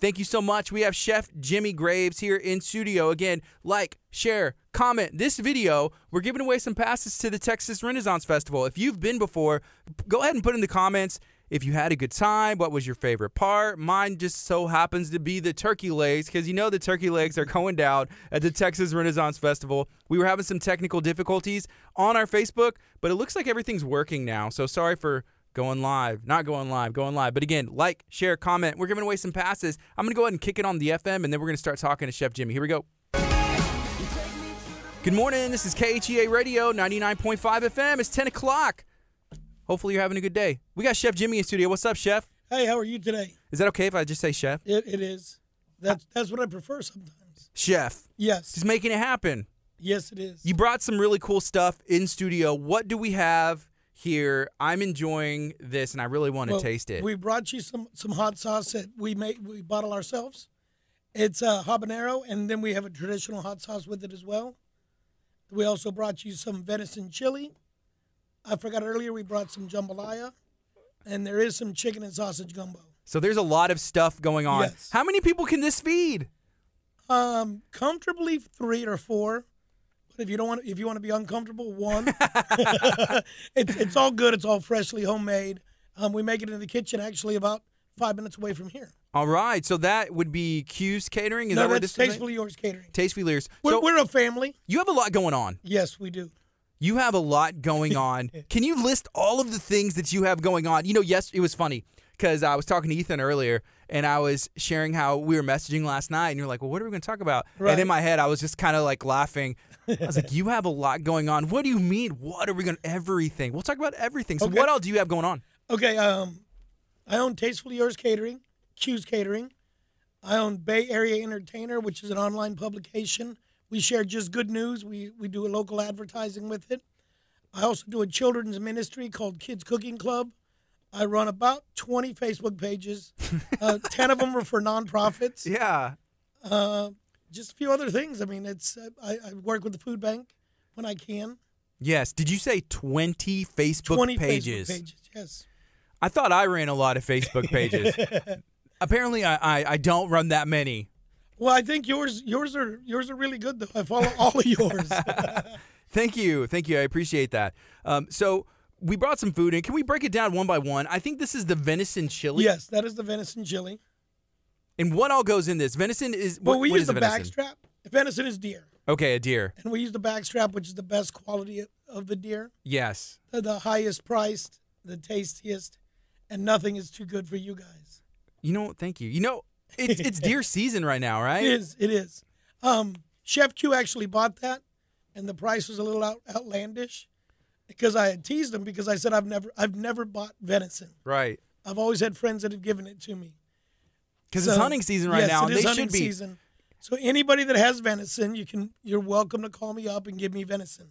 Thank you so much. We have Chef Jimmy Graves here in studio. Again, like, share, comment this video. We're giving away some passes to the Texas Renaissance Festival. If you've been before, go ahead and put in the comments if you had a good time, what was your favorite part? Mine just so happens to be the turkey legs because you know the turkey legs are going down at the Texas Renaissance Festival. We were having some technical difficulties on our Facebook, but it looks like everything's working now. So sorry for going live, not going live, going live. But again, like, share, comment. We're giving away some passes. I'm going to go ahead and kick it on the FM, and then we're going to start talking to Chef Jimmy. Here we go. Good morning. This is KHEA Radio, 99.5 FM. It's 10 o'clock. Hopefully, you're having a good day. We got Chef Jimmy in studio. What's up, Chef? Hey, how are you today? Is that okay if I just say Chef? It, it is. That's that's what I prefer sometimes. Chef. Yes. He's making it happen. Yes, it is. You brought some really cool stuff in studio. What do we have here? I'm enjoying this and I really want to Well, taste it. We brought you some some hot sauce that we make we bottle ourselves. It's uh, habanero, and then we have a traditional hot sauce with it as well. We also brought you some venison chili. I forgot earlier we brought some jambalaya, and there is some chicken and sausage gumbo. so there's a lot of stuff going on. Yes. How many people can this feed? Um, comfortably three or four. But if you don't want, if you want to be uncomfortable, one. it's it's all good. It's all freshly homemade. Um, we make it in the kitchen, actually, about five minutes away from here. All right. So that would be Q's catering. Is no, that what that's this is? tastefully yours catering. Tastefully Lears. We're, so we're a family. you have a lot going on. Yes, we do. You have a lot going on. Can you list all of the things that you have going on? You know, yes, it was funny because I was talking to Ethan earlier and I was sharing how we were messaging last night and you're like, well, what are we going to talk about? And in Right. my head, I was just kind of like laughing. I was like, you have a lot going on. What do you mean? What are we going to? Everything. We'll talk about everything. So, Okay. what all do you have going on? Okay. Um, I own Tastefully Yours Catering, Q's Catering. I own Bay Area Entertainer, which is an online publication. We share just good news. We we do a local advertising with it. I also do a children's ministry called Kids Cooking Club. I run about 20 Facebook pages. Uh, 10 of them are for nonprofits. Yeah. Uh, just a few other things. I mean, it's uh, I, I work with the food bank when I can. Yes. Did you say 20 Facebook 20 pages? Facebook pages. Yes. I thought I ran a lot of Facebook pages. Apparently, I, I, I don't run that many. Well, I think yours yours are yours are really good though. I follow all of yours. Thank you. Thank you. I appreciate that. Um, so we brought some food in. Can we break it down one by one? I think this is the venison chili. yes, that is the venison chili. And what all goes in this? Venison is. But what- we what use is the venison? backstrap. Venison is deer, Okay, a deer. and we use the backstrap, which is the best quality of- of the deer, Yes. the, the highest priced, the tastiest, and nothing is too good for you guys. You know. Thank you. You know, it's it's deer season right now, right? It is. It is. Um, Chef Q actually bought that, and the price was a little out, outlandish, because I had teased him because I said I've never I've never bought venison. Right. I've always had friends that have given it to me. Because it's So- hunting season right yes, now, it and is they hunting should be. Season. So anybody that has venison, you can you're welcome to call me up and give me venison.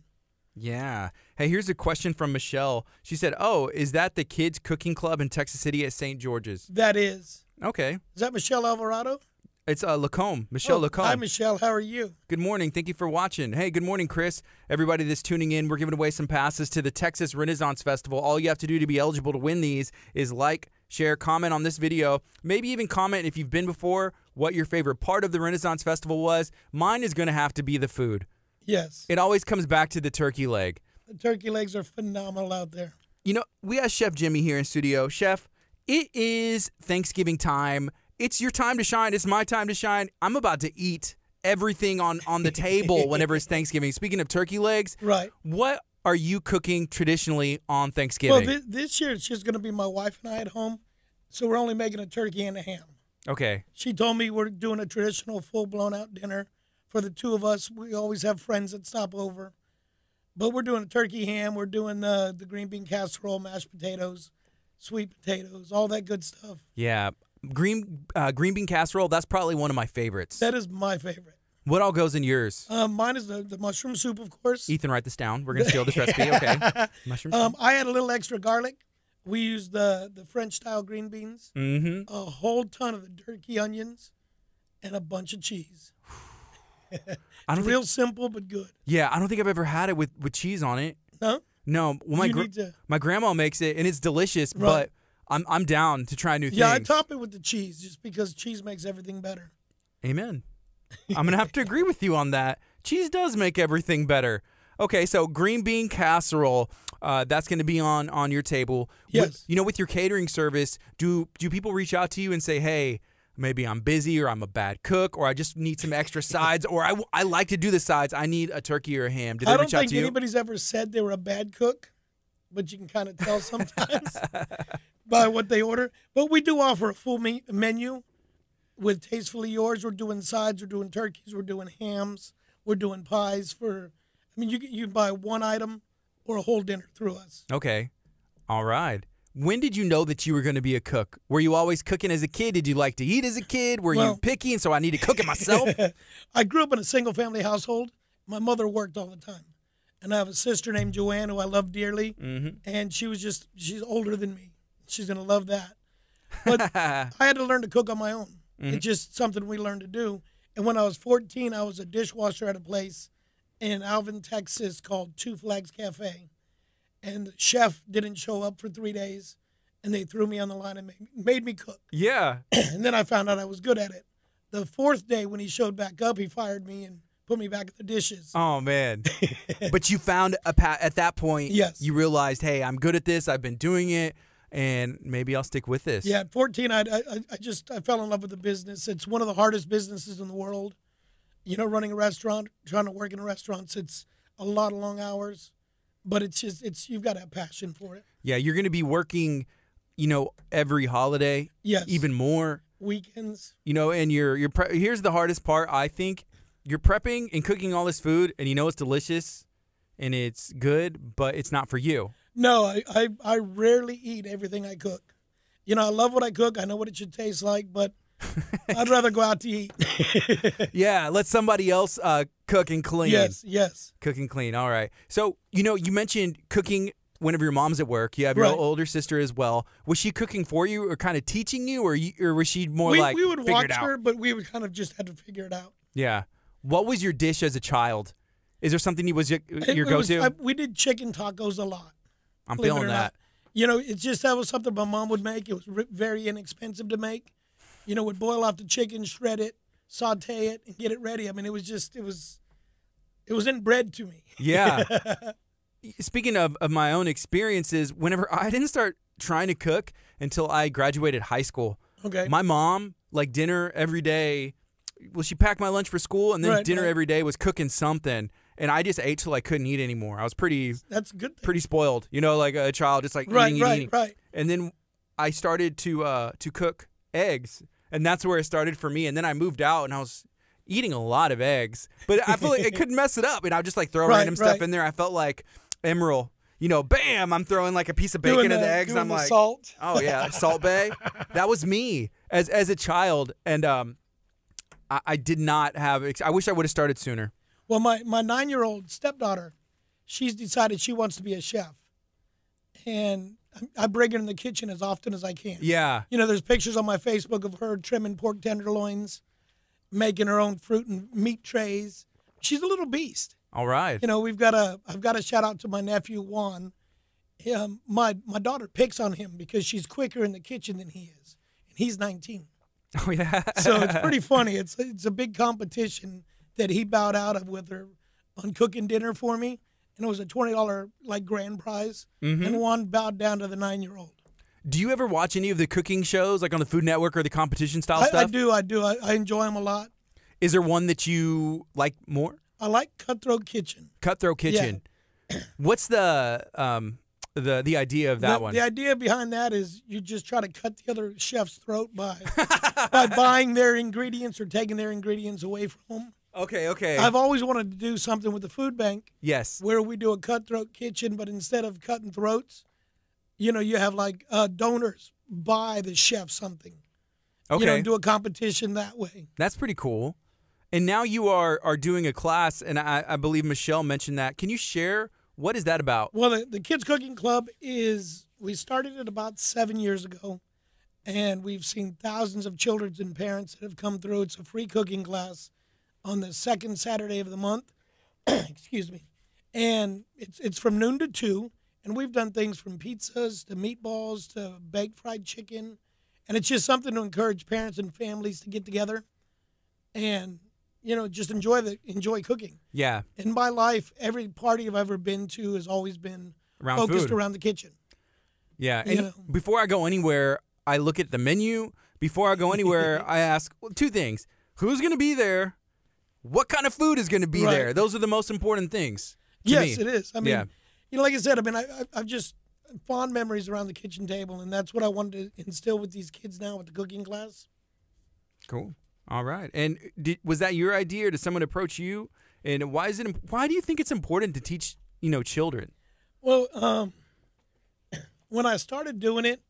Yeah. Hey, here's a question from Michelle. She said, "Oh, is that the kids' cooking club in Texas City at St. George's?" That is. Okay. Is that Michelle Alvarado? It's uh, Lacombe, Michelle Oh, Lacombe. Hi Michelle, how are you? Good morning. Thank you for watching. Hey, good morning, Chris. Everybody that's tuning in, we're giving away some passes to the Texas Renaissance Festival. All you have to do to be eligible to win these is like, share, comment on this video. Maybe even comment if you've been before what your favorite part of the Renaissance Festival was. Mine is going to have to be the food. Yes. It always comes back to the turkey leg. The turkey legs are phenomenal out there. You know, we have Chef Jimmy here in studio. Chef, it is Thanksgiving time. It's your time to shine. It's my time to shine. I'm about to eat everything on on the table whenever it's Thanksgiving. Speaking of turkey legs, Right. what are you cooking traditionally on Well, Thanksgiving? thi- this year it's just going to be my wife and I at home, so we're only making a turkey and a ham. okay. She told me we're doing a traditional full blown out dinner for the two of us. We always have friends that stop over. But we're doing a turkey ham, we're doing the the green bean casserole, mashed potatoes, sweet potatoes, all that good stuff. Yeah. Green uh, green bean casserole, that's probably one of my favorites. That is my favorite. what all goes in yours? Um, mine is the, the mushroom soup, of course. Ethan, write this down. We're going to steal this recipe. Okay. Mushrooms. Um, I had a little extra garlic. We used the the French style green beans, mm-hmm. a whole ton of the turkey onions, and a bunch of cheese. I don't think, Real simple but good. yeah, I don't think I've ever had it with, with cheese on it. No, No, well, my You gr- need to- my grandma makes it and it's delicious, Right. but I'm I'm down to try new Yeah, I things. top it with the cheese just because cheese makes everything better. Amen. I'm gonna have to agree with you on that. Cheese does make everything better. Okay, so green bean casserole, uh, that's gonna be on on your table. With- Yes. you know, with your catering service, do do people reach out to you and say, hey? Maybe I'm busy, or I'm a bad cook, or I just need some extra sides, or I, w- I like to do the sides. I need a turkey or a ham. Did they I don't reach out think to you? anybody's ever said they were a bad cook, but you can kind of tell sometimes by what they order. But we do offer a full me- menu with Tastefully Yours. We're doing sides, we're doing turkeys, we're doing hams, we're doing pies. For I mean, you can- you can buy one item or a whole dinner through us. Okay. All right. When did you know that you were going to be a cook? Were you always cooking as a kid? Did you like to eat as a kid? Were Well- you picky and so I need to cook it myself? I grew up in a single family household. My mother worked all the time. And I have a sister named Joanne who I love dearly. And she was just, she's older than me. She's going to love that. But Mm-hmm. I had to learn to cook on my own. It's just something we learned to do. And when I was 14, I was a dishwasher at a place in Alvin, Texas called Two Flags Cafe. And the chef didn't show up for three days. And they threw me on the line and made, made me cook yeah. and then I found out I was good at it. The fourth day when he showed back up, he fired me and put me back at the dishes. Oh man. but you found a pa- at that point Yes. you realized, "Hey, I'm good at this. I've been doing it and maybe I'll stick with this." Yeah, at 14, I, I I just I fell in love with the business. It's one of the hardest businesses in the world. You know, running a restaurant, trying to work in a restaurant, it's a lot of long hours, but it's just it's you've got to have passion for it. Yeah, you're going to be working, you know, every holiday, Yes, even more. weekends. You know, and you're you're pre- here's the hardest part, I think. You're prepping and cooking all this food and you know it's delicious and it's good, but it's not for you. No, I, I I rarely eat everything I cook. You know, I love what I cook. I know what it should taste like, but I'd rather go out to eat. Yeah, let somebody else uh, cook and clean. yes, yes. Cook and clean. All right. So, you know, you mentioned cooking whenever your mom's at work. You have Right. your older sister as well. Was she cooking for you or kind of teaching you or, you, or was she more we, like we would figure it watch out? her, but we would kind of just had to figure it out. Yeah. What was your dish as a child? Is there something you was your, It- your it was- go-to? I- we did chicken tacos a lot. I'm believe it feeling or that. Not. You know, it's just that was something my mom would make. It was ri- very inexpensive to make. You know, would boil off the chicken, shred it, saute it, and get it ready. I mean, it was just it was, it was inbred to me. Yeah. Speaking of, of my own experiences, whenever I didn't start trying to cook until I graduated high school. Okay. My mom, like dinner every day, well, she packed my lunch for school, and then Right, dinner right. every day was cooking something. And I just ate till I couldn't eat anymore. I was pretty, That's a good. Thing. pretty spoiled, you know, like a child, just like right, eating, eating, right, eating. right. And then I started to uh, to cook eggs, and that's where it started for me. And then I moved out, and I was eating a lot of eggs, but I feel like I couldn't mess it up, and I would just like throw Right, random right. stuff in there. I felt like Emerald, you know, bam! I'm throwing like a piece of bacon in doing the- the eggs. doing and I'm the like, salt. Oh yeah, Salt Bay. That was me as as a child, and um, I, I did not have. ex- I wish I would have started sooner. Well, my, my nine year old stepdaughter, she's decided she wants to be a chef. And I- I bring her in the kitchen as often as I can. Yeah, You know, there's pictures on my Facebook of her trimming pork tenderloins, making her own fruit and meat trays. She's a little beast. all right. You know, we've got a I've got a shout out to my nephew Juan. Um, my my daughter picks on him because she's quicker in the kitchen than he is, and he's 19. Oh yeah. So it's pretty funny. It's it's a big competition that he bowed out of with her on cooking dinner for me, and it was a twenty dollar like grand prize, and Juan bowed down to the nine year old. Do you ever watch any of the cooking shows, like on the Food Network or the competition style I, stuff? I do, I do, I, I enjoy him a lot. Is there one that you like more? I like Cutthroat Kitchen. Cutthroat Kitchen. What's the um the the idea of that the, one? the idea behind that is you just try to cut the other chef's throat by by buying their ingredients or taking their ingredients away from them. Okay, okay. I've always wanted to do something with the food bank yes. where we do a cutthroat kitchen, but instead of cutting throats, you know, you have like uh, donors buy the chef something. Okay. You know, do a competition that way. That's pretty cool. And now you are are doing a class, and I, I believe Michelle mentioned that. Can you share what is that about? Well, the, the Kids Cooking Club is, we started it about seven years ago, and we've seen thousands of children and parents that have come through. It's a free cooking class on the second Saturday of the month. Excuse me. And it's, it's from noon to two, And we've done things from pizzas to meatballs to baked fried chicken. And it's just something to encourage parents and families to get together and, you know, just enjoy the enjoy cooking. Yeah, In my life, every party I've ever been to has always been Around focused food. around the kitchen. yeah. And Yeah. before I go anywhere, I look at the menu. Before I go anywhere, I ask well, two things: who's going to be there? What kind of food is going to be Right. there? Those are the most important things. to Yes, me. it is. I mean, Yeah. you know, like I said, I mean, I, I, I've just fond memories around the kitchen table, and that's what I wanted to instill with these kids now with the cooking class. Cool. All right. And did, was that your idea? Or did someone approach you? And why is it? im- Why do you think it's important to teach you know children? Well, um, when I started doing it,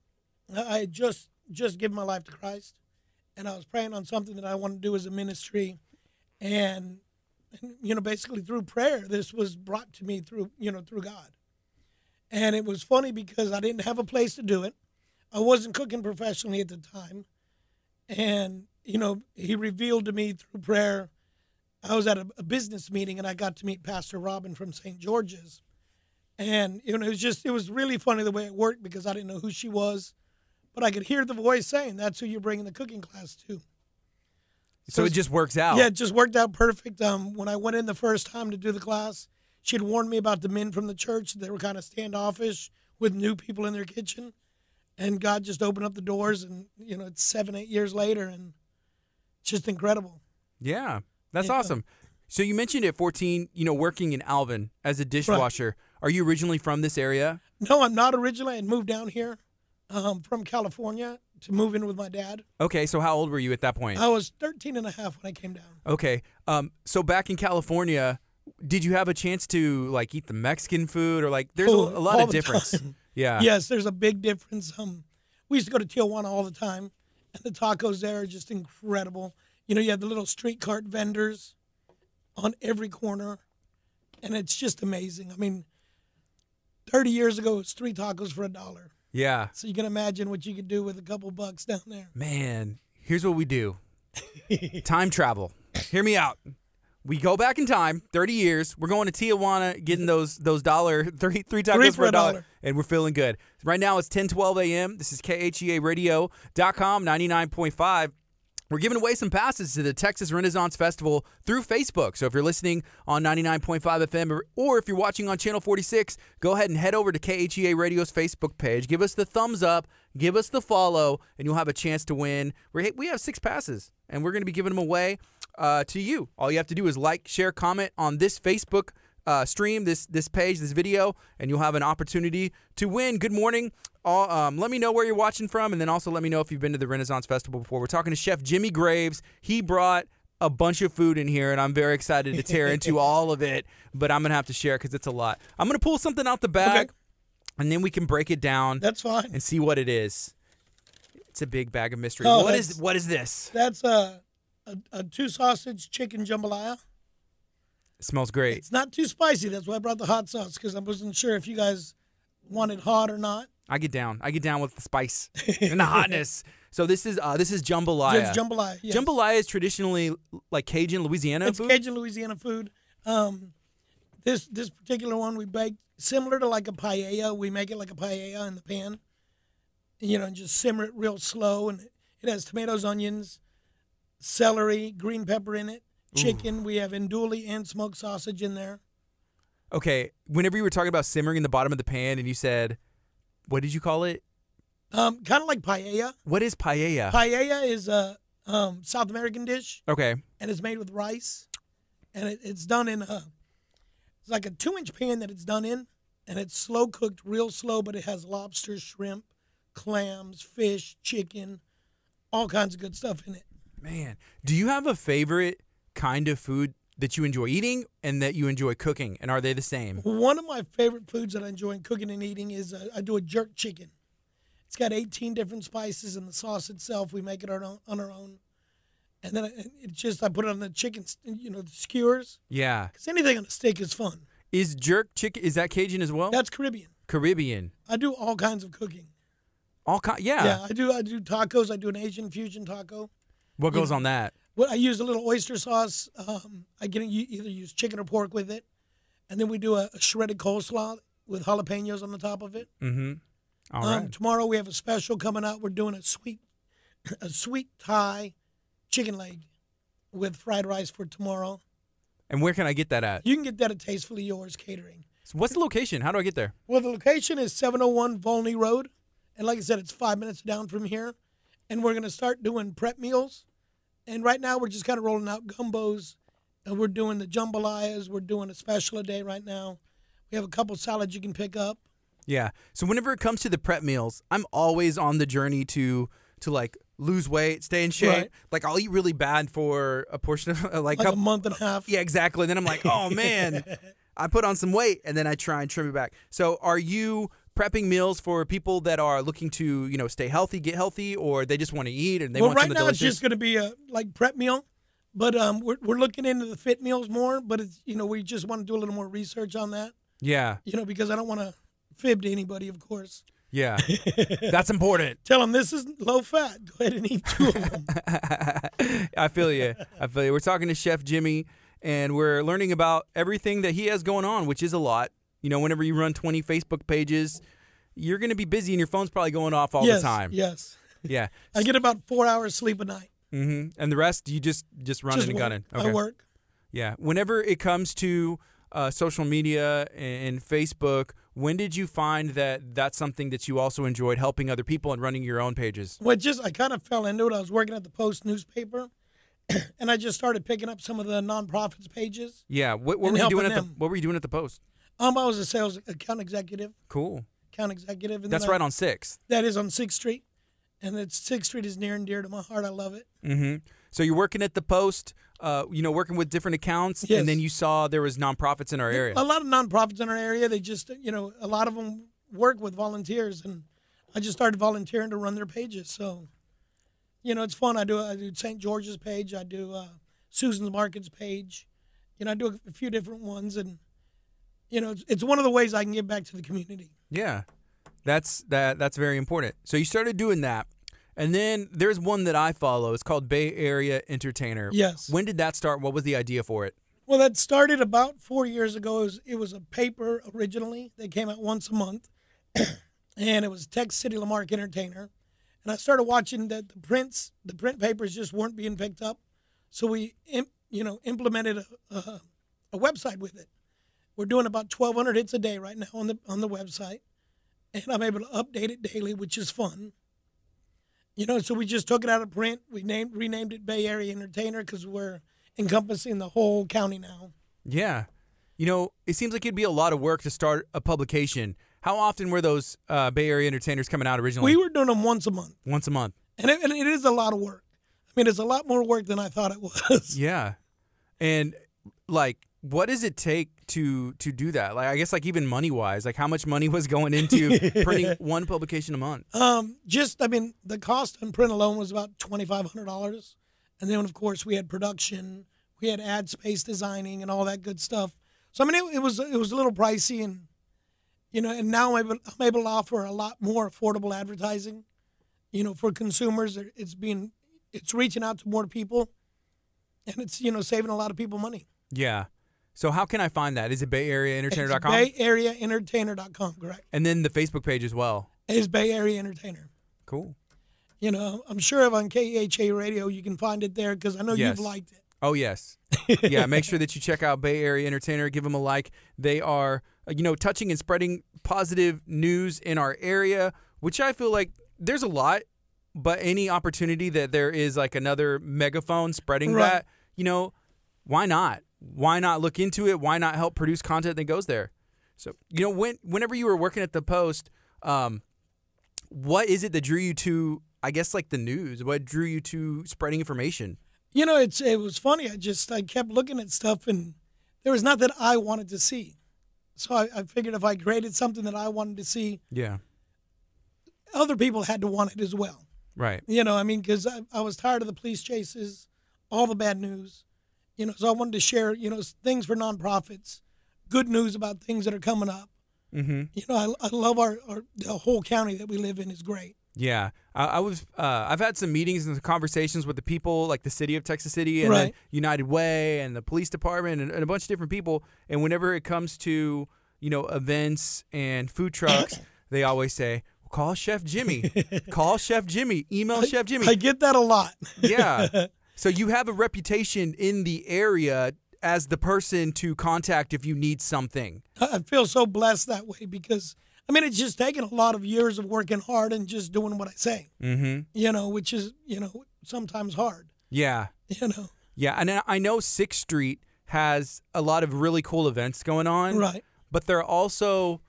I I had just just given my life to Christ, and I was praying on something that I wanted to do as a ministry, and, and you know, basically through prayer, this was brought to me through you know through God, and it was funny because I didn't have a place to do it, I wasn't cooking professionally at the time, and you know He revealed to me through prayer. I was at a, a business meeting and I got to meet Pastor Robin from St. George's and you know it was just it was really funny the way it worked because I didn't know who she was, but I could hear the voice saying, "That's who you're bringing the cooking class to." So, So it just works out. Yeah, it just worked out perfect. Um, when I went in the first time to do the class, she'd warned me about the men from the church. They were kind of standoffish with new people in their kitchen, and God just opened up the doors, and you know it's seven eight years later, and it's just incredible. Yeah, that's Yeah. awesome. So you mentioned at 14, you know, working in Alvin as a dishwasher. Are you originally from this area? No, I'm not originally. I had moved down here um, from California to move in with my dad. Okay, so how old were you at that point? I was 13 and a half when I came down. Okay, um, so back in California, did you have a chance to like eat the Mexican food or like? There's a, Oh, a lot all of the difference. time. Yeah. Yes, there's a big difference. Um, we used to go to Tijuana all the time, and the tacos there are just incredible. You know, you have the little street cart vendors on every corner, and it's just amazing. I mean, 30 years ago, it was three tacos for a dollar. Yeah. So you can imagine what you could do with a couple bucks down there. Man, here's what we do time travel. Hear me out. We go back in time, 30 years. We're going to Tijuana, getting those those dollar three three tacos Three for, a dollar, and we're feeling good. Right now it's 10:12 a.m. This is E KHEARadio.com 99.5. We're giving away some passes to the Texas Renaissance Festival through Facebook. So if you're listening on 99.5 FM or, or if you're watching on Channel 46, go ahead and head over to KHEA Radio's Facebook page. Give us the thumbs up, give us the follow, and you'll have a chance to win. We're, we have six passes, and we're going to be giving them away uh, to you. All you have to do is like, share, comment on this Facebook uh, stream, this this page, this video, and you'll have an opportunity to win. Good morning. All, um, let me know where you're watching from, and then also let me know if you've been to the Renaissance Festival before. We're talking to Chef Jimmy Graves. He brought a bunch of food in here, and I'm very excited to tear into all of it. But I'm gonna have to share because it's a lot. I'm gonna pull something out the bag, and then we can break it down That's fine. and see what it is. It's a big bag of mystery. Oh, what is that's- what is this? That's a, a, a two sausage chicken jambalaya. It smells great. It's not too spicy. That's why I brought the hot sauce because I wasn't sure if you guys wanted hot or not. I get down. I get down with the spice and the hotness. So this is uh, this is jambalaya. It's jambalaya. yes. Jambalaya is traditionally like Cajun Louisiana It's food. Cajun Louisiana food. Um, this this particular one we baked similar to like a paella. We make it like a paella in the pan, you know, and just simmer it real slow. And it has tomatoes, onions, celery, green pepper in it, chicken. We have andouille and smoked sausage in there. Okay, whenever you were talking about simmering in the bottom of the pan, and you said, what did you call it? Um, kind of like paella. What is paella? Paella is a um, South American dish. okay, and it's made with rice, and it, it's done in a it's like a two inch pan that it's done in, and it's slow cooked, real slow, but it has lobster, shrimp, clams, fish, chicken, all kinds of good stuff in it. man, do you have a favorite kind of food that you enjoy eating and that you enjoy cooking, and are they the same? One of my favorite foods that I enjoy cooking and eating is uh, I do a jerk chicken. It's got 18 different spices, and the sauce itself we make it our own, on our own. And then I- it's just I put it on the chicken, s- you know, the skewers, Yeah, because anything on a steak is fun. is jerk chicken? Is that Cajun as well? That's Caribbean. Caribbean. I do all kinds of cooking. All kind. Yeah. Yeah, Uh, I do. I do tacos. I do an Asian fusion taco. What goes on that? Well, I use a little oyster sauce. Um, I get you either use chicken or pork with it, and then we do a, a shredded coleslaw with jalapenos on the top of it. Mm-hmm. All um, right. Tomorrow we have a special coming out. We're doing a sweet, a sweet Thai chicken leg with fried rice for tomorrow. And where can I get that at? You can get that at Tastefully Yours Catering. So what's the location? How do I get there? Well, the location is 701 Volney Road. And like I said, it's five minutes down from here. And we're going to start doing prep meals. And right now, we're just kind of rolling out gumbos. And we're doing the jambalayas. We're doing a special a day right now. We have a couple salads you can pick up. Yeah. So whenever it comes to the prep meals, I'm always on the journey to to like lose weight, stay in shape. Right. Like I'll eat really bad for a portion of like, Like a couple, month and a half. yeah, exactly. And then I'm like, oh man, I put on some weight, and then I try and trim it back. So are you prepping meals for people that are looking to you know stay healthy, get healthy, or they just want to eat and they well, want right something now it's delicious? just going to be a like prep meal, but um, we're we're looking into the fit meals more. But it's you know we just want to do a little more research on that, yeah, you know, because I don't want to fib to anybody, of course. yeah, that's important. Tell them this is low fat. Go ahead and eat two of them. I feel you. I feel you. We're talking to Chef Jimmy, and we're learning about everything that he has going on, which is a lot. You know, whenever you run 20 Facebook pages, you're going to be busy, and your phone's probably going off all yes, the time. Yes, Yeah. I get about four hours sleep a night. hmm And the rest, you just just running Just and work. gunning. I work. Yeah. Whenever it comes to uh, social media and, and Facebook, when did you find that that's something that you also enjoyed helping other people and running your own pages? Well, it just I kind of fell into it. I was working at the Post newspaper, and I just started picking up some of the nonprofits pages. Yeah. What, what And were you doing at helping the them. What were you doing at the Post? Um, I was a sales account executive, Cool. account executive. And That's then I- right on Sixth. That is on Sixth Street, and it's Sixth Street is near and dear to my heart. I love it. hmm So you're working at the Post, uh, you know, working with different accounts, Yes. and then you saw there was nonprofits in our area. A lot of nonprofits in our area, they just you know a lot of them work with volunteers, and I just started volunteering to run their pages. So, you know, it's fun. I do I do St. George's page, I do uh, Susan's Markets page, you know, I do a few different ones, and you know, it's, it's one of the ways I can give back to the community. Yeah, that's that. That's very important. So you started doing that, and then there's one that I follow. It's called Bay Area Entertainer. Yes. When did that start? What was the idea for it? Well, that started about four years ago. It was, it was a paper originally that came out once a month, and it was Tech City Lamarck Entertainer. And I started watching that the prints, the print papers just weren't being picked up, so we, im- you know, implemented a, a, a website with it. We're doing about 1,200 hits a day right now on the on the website, and I'm able to update it daily, which is fun. You know, so we just took it out of print. We named renamed it Bay Area Entertainer because we're encompassing the whole county now. Yeah. You know, it seems like it'd be a lot of work to start a publication. How often were those uh, Bay Area entertainers coming out originally? We were doing them once a month, Once a month. and it, and it is a lot of work. I mean, it's a lot more work than I thought it was. Yeah. And like, what does it take to to do that? Like, I guess like even money wise, like how much money was going into printing one publication a month? Um, just I mean, the cost on print alone was about twenty five hundred dollars, and then of course we had production, we had ad space designing, and all that good stuff. So I mean, it, it was it was a little pricey, and you know, and now I'm able, I'm able to offer a lot more affordable advertising. You know, for consumers, It- it's being it's reaching out to more people, and it's you know saving a lot of people money. Yeah. So how can I find that? Is it Bay Area Entertainer.com? It's Bay Area Entertainer.com, correct? and then the Facebook page as well. It's Bay Area Entertainer. Cool. You know, I'm sure if on KEHA radio you can find it there because I know Yes. you've liked it. Oh yes. yeah, make sure that you check out Bay Area Entertainer, give them a like. They are uh, you know touching and spreading positive news in our area, which I feel like there's a lot, but any opportunity that there is like another megaphone spreading Right. that, you know, why not? Why not look into it? Why not help produce content that goes there? So, you know, when whenever you were working at the Post, um what is it that drew you to I guess like the news? What drew you to spreading information? You know, it's it was funny. I just I kept looking at stuff and there was nothing I wanted to see. So I, I figured if I created something that I wanted to see, Yeah. other people had to want it as well. Right. You know, I mean, because I, I was tired of the police chases, all the bad news. You know, so I wanted to share, you know, s- things for nonprofits, good news about things that are coming up. Mhm. You know, I, I love our, our the whole county that we live in is great. Yeah, I, I was. Uh, I've had some meetings and conversations with the people, like the city of Texas City and then Right. United Way and the police department and, and a bunch of different people. And whenever it comes to you know, events and food trucks, they always say, call Chef Jimmy. call Chef Jimmy. Email Chef Jimmy. I get that a lot. yeah. So you have a reputation in the area as the person to contact if you need something. I I feel so blessed that way because I mean it's just taken a lot of years of working hard and just doing what I say. Mm-hmm. You know, which is you know sometimes hard. Yeah. You know, Yeah. And I- I know Sixth Street has a lot of really cool events going on. right? But they're also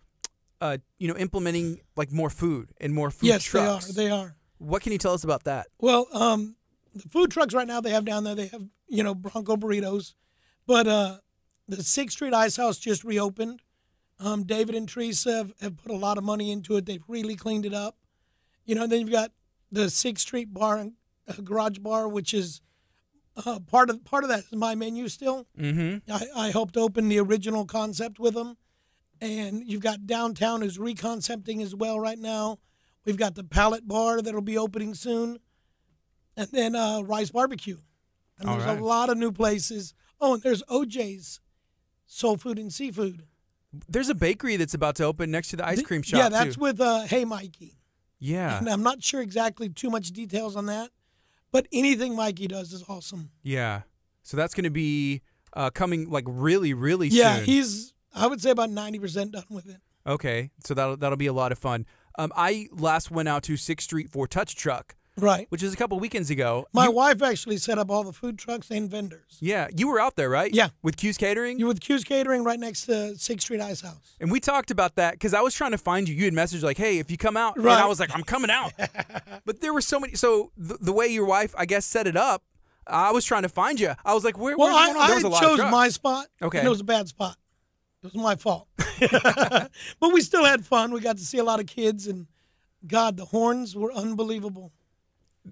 uh, you know, implementing like more food and more food yes, trucks. they are. They are. what can you tell us about that? Well, um, the food trucks right now they have down there they have you know Bronco burritos, but uh, the Sixth Street Ice House just reopened. Um, David and Teresa have, have put a lot of money into it. They've really cleaned it up. You know, then you've got the Sixth Street Bar and uh, Garage Bar, which is uh, part of part of that is my menu still. Mm-hmm. I, I helped open the original concept with them. And you've got downtown is reconcepting as well right now. We've got the Pallet Bar that'll be opening soon, and then uh, Rice Barbecue. And All there's right. a lot of new places. Oh, and there's OJ's Soul Food and Seafood. There's a bakery that's about to open next to the ice cream shop. Yeah, that's too. with uh, Hey Mikey. yeah, And I'm not sure exactly too much details on that, but anything Mikey does is awesome. yeah. So that's going to be uh, coming like really, really yeah, soon. he's I would say about ninety percent done with it. Okay, so that'll that'll be a lot of fun. Um, I last went out to Sixth Street for Touch Truck, Right. which is a couple weekends ago. My You- wife actually set up all the food trucks and vendors. yeah, you were out there, right? Yeah. with Q's Catering, You with Q's Catering right next to Sixth Street Ice House. and we talked about that because I was trying to find you. You had messaged like, "Hey, if you come out," and I Right. was like, "I'm coming out," but there were so many. So the, the way your wife, I guess, set it up, I was trying to find you. I was like, "Where?" Well, where's I, going on? There I was a lot of chose trucks. my spot. Okay. And it was a bad spot. It was my fault. but we still had fun. We got to see a lot of kids, and God, the horns were unbelievable.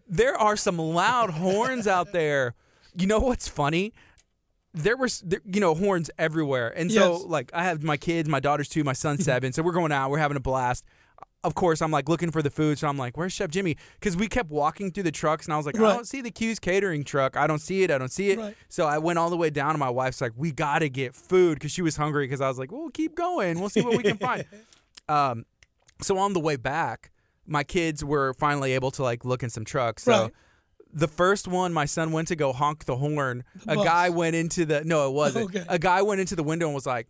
there are some loud horns out there. You know what's funny? There were, s- there, you know, horns everywhere. And so, Yes. like, I have my kids, my daughter's two, my son's seven. so we're going out, we're having a blast. Of course, I'm like looking for the food. So I'm like, where's Chef Jimmy? Because we kept walking through the trucks and I was like, I Right. don't see the Q's catering truck. I don't see it. I don't see it. Right. So I went all the way down and my wife's like, we got to get food because she was hungry. Because I was like, well, keep going. We'll see what we can find. Um, so on the way back, my kids were finally able to like look in some trucks. So Right. the first one, my son went to go honk the horn. a bus. guy went into the no, it wasn't. Okay. A guy went into the window and was like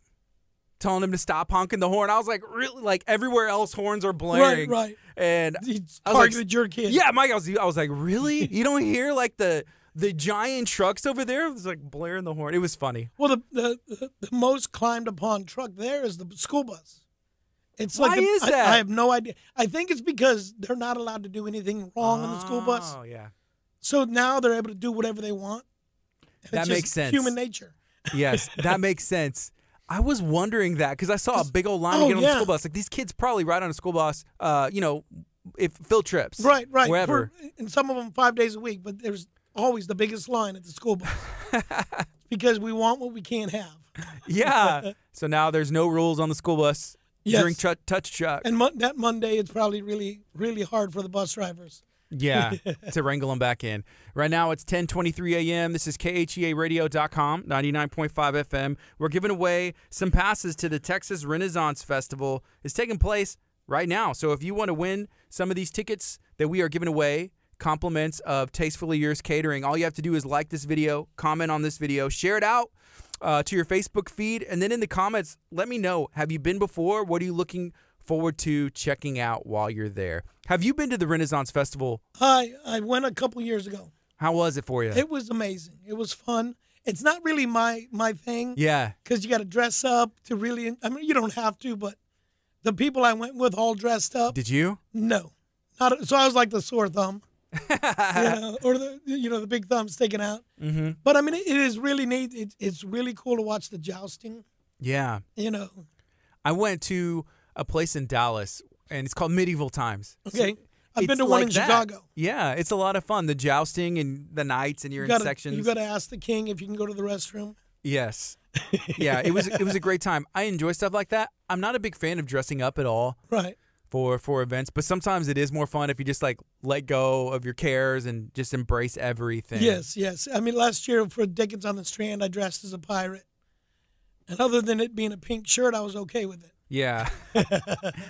telling him to stop honking the horn. I was like, really? Like everywhere else, horns are blaring. right. And I He was like, targeted your kid. yeah, Mike, I was, I was like, really? you don't hear like the the giant trucks over there? It was like blaring the horn. It was funny. Well, the, the, the, the most climbed upon truck there is the school bus. It's Why like the- is I- that? I, have no idea. I think it's because they're not allowed to do anything wrong in the school bus. Oh yeah. So now they're able to do whatever they want. It's That just makes sense. Human nature. Yes, that makes sense. I was wondering that because I saw a big old line to Oh, get on the yeah. school bus. Like these kids probably ride on a school bus, uh, you know, if field trips, Right, right. wherever. For- and some of them five days a week, but there's always the biggest line at the school bus because we want what we can't have. yeah. So now there's no rules on the school bus Yes. during tru- touch truck. And mon- that Monday, it's probably really, really hard for the bus drivers. yeah, to wrangle them back in. Right now it's 10:23 a.m. This is E khearadio.com 99.5 FM. We're giving away some passes to the Texas Renaissance Festival. It's taking place right now. So if you want to win some of these tickets that we are giving away, compliments of Tastefully Yours Catering, all you have to do is like this video, comment on this video, share it out uh, to your Facebook feed, and then in the comments, let me know: Have you been before? What are you looking forward to checking out while you're there? Have you been to the Renaissance Festival? I, I went a couple years ago. How was it for you? It was amazing. It was fun. It's not really my my thing yeah, because you got to dress up to really. I mean, you don't have to, but the people I went with all dressed up. did you? No, not so. I was like the sore thumb, you know, or the you know the big thumb sticking out. Mm-hmm. But I mean, it is really neat. It, it's really cool to watch the jousting. Yeah, You know, I went to a place in Dallas, and it's called Medieval Times. okay. I've It's been to one like in that. Chicago. Yeah, it's a lot of fun. The jousting and the knights, and you're You in gotta, sections. you gotta ask the king if you can go to the restroom. Yes. Yeah, it was it was a great time. I enjoy stuff like that. I'm not a big fan of dressing up at all Right. for for events, but sometimes it is more fun if you just like let go of your cares and just embrace everything. Yes, yes. I mean, last year for Dickens on the Strand, I dressed as a pirate, And other than it being a pink shirt, I was okay with it. Yeah.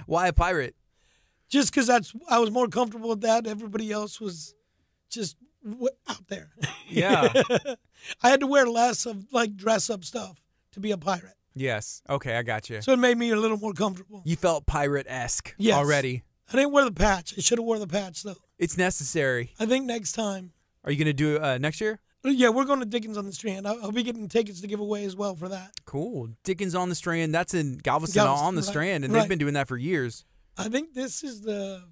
Why a pirate? Just because that's I was more comfortable with that. Everybody else was just w- out there. Yeah. I had to wear less of like dress up stuff to be a pirate, yes. Okay, I got you. so it made me a little more comfortable. You felt pirate esque Yes. already. I didn't wear the patch. I should have wore the patch though. It's necessary. I think next time. Are you gonna do it uh, next year? Yeah, we're going to Dickens on the Strand. I'll, I'll be getting tickets to give away as well for that. Cool. Dickens on the Strand. That's in Galveston, Galveston, on the right, Strand, and they've right. been doing that for years. I think this is the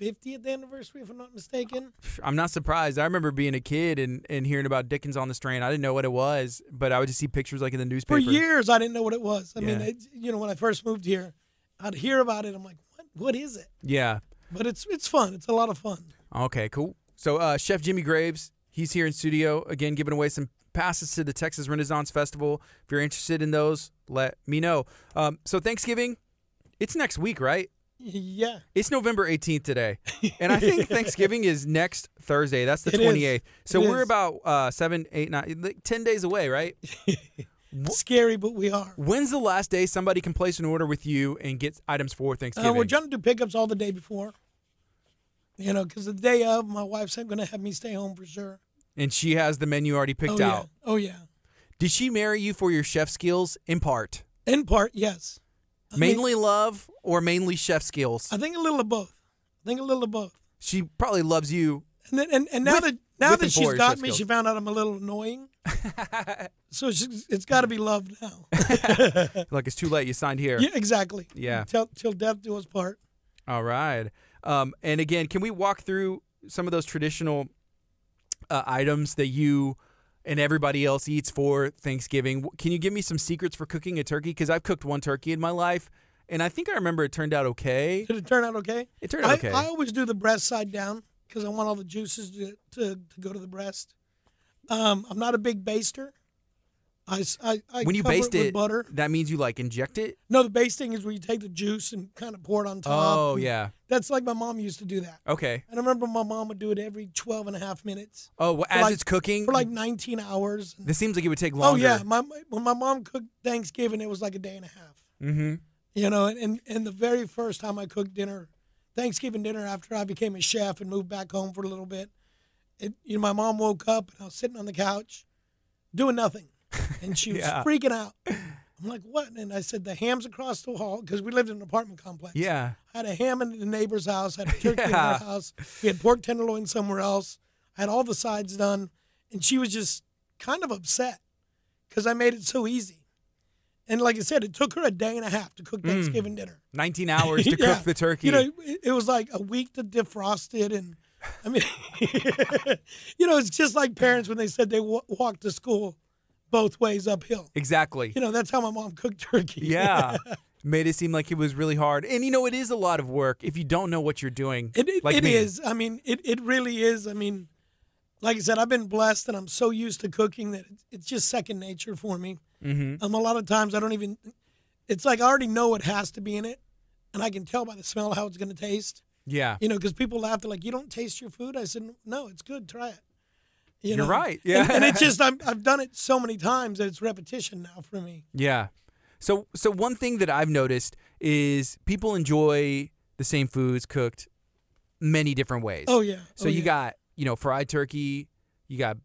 50th anniversary, if I'm not mistaken. I'm not surprised. I remember being a kid and, and hearing about Dickens on the Strand. I didn't know what it was, but I would just see pictures like in the For newspaper. years, I didn't know what it was. I mean, Yeah. it, you know, when I first moved here, I'd hear about it. I'm like, what? What is it? Yeah. But it's it's fun. It's a lot of fun. Okay, cool. So, uh, Chef Jimmy Graves, he's here in studio again, giving away some passes to the Texas Renaissance Festival. If you're interested in those, let me know. Um, so, Thanksgiving, it's next week, right? Yeah, It's November 18th today. And I think Thanksgiving is next Thursday. That's the It is. 28th. So, It we're is. about uh, seven, eight, nine, like 10 days away, right? scary, but we are. When's the last day somebody can place an order with you and get items for Thanksgiving? Uh, we're trying to do pickups all the day before. You know, because the day of, my wife's going to have me stay home for sure. and she has the menu already Oh picked yeah. out. Oh yeah. Did she marry you for your chef skills? In part. In part, yes. I mean, mainly love or mainly chef skills. I think a little of both. I think a little of both. She probably loves you. And then and, and now With- that now with that and she's for got yourself me, she skills. found out I'm a little annoying. so she's, it's got to be love now. Like it's too late. You signed here. yeah, exactly. Yeah. Till, till death do us part. All right. Um, and again, can we walk through some of those traditional uh, items that you and everybody else eats for Thanksgiving? W- Can you give me some secrets for cooking a turkey? Because I've cooked one turkey in my life, and I think I remember it turned out okay. Did it turn out okay? It turned out I, okay. I always do the breast side down because I want all the juices to, to, to go to the breast. Um, I'm not a big baster. I, s- I- I when you cover baste it with it, butter. that means you like inject it. No, the basting is where you take the juice and kind of pour it on top. Oh And yeah. That's like my mom used to do that. Okay. And I remember my mom would do it every 12 and a half minutes Oh, well, as like- it's cooking, for like 19 hours. this seems like it would take Oh longer. yeah, my my- when my mom cooked Thanksgiving, it was like a day and a half. Mm-hmm. You know, and- and and the very first time I cooked dinner, Thanksgiving dinner after I became a chef and moved back home for a little bit, it, you know, my mom woke up and I was sitting on the couch, doing nothing, and she was Yeah. freaking out. I'm like, what? And I said, the ham's across the hall because we lived in an apartment complex. Yeah. I had a ham in the neighbor's house. I had a turkey in Yeah. our house. We had pork tenderloin somewhere else. I had all the sides done, and she was just kind of upset because I made it so easy. And like I said, it took her a day and a half to cook Thanksgiving dinner. 19 hours Hmm. to Yeah. cook the turkey. You know, it, it was like a week to defrost it, and I mean, you know, it's just like parents when they said they wa- walked to school both ways uphill. exactly. You know, that's how my mom cooked turkey. Yeah. Made it seem like it was really hard. And you know, it is a lot of work if you don't know what you're doing. It, it, like it me. is. I mean, it, it really is. I mean, like I said, I've been blessed and I'm so used to cooking that it- it's just second nature for me. Mm-hmm. Um, a lot of times I don't even, it's like I already know what has to be in it and I can tell by the smell how it's going to taste. Yeah. You know, because people laugh, they're like, you don't taste your food? I said, no, it's good. Try it. You You're know? right. And- Yeah. And, it's just, I'm, I've done it so many times that it's repetition now for me. Yeah. So so one thing that I've noticed is people enjoy the same foods cooked many different ways. Oh, yeah. So Oh, you yeah. got, you know, fried turkey, you got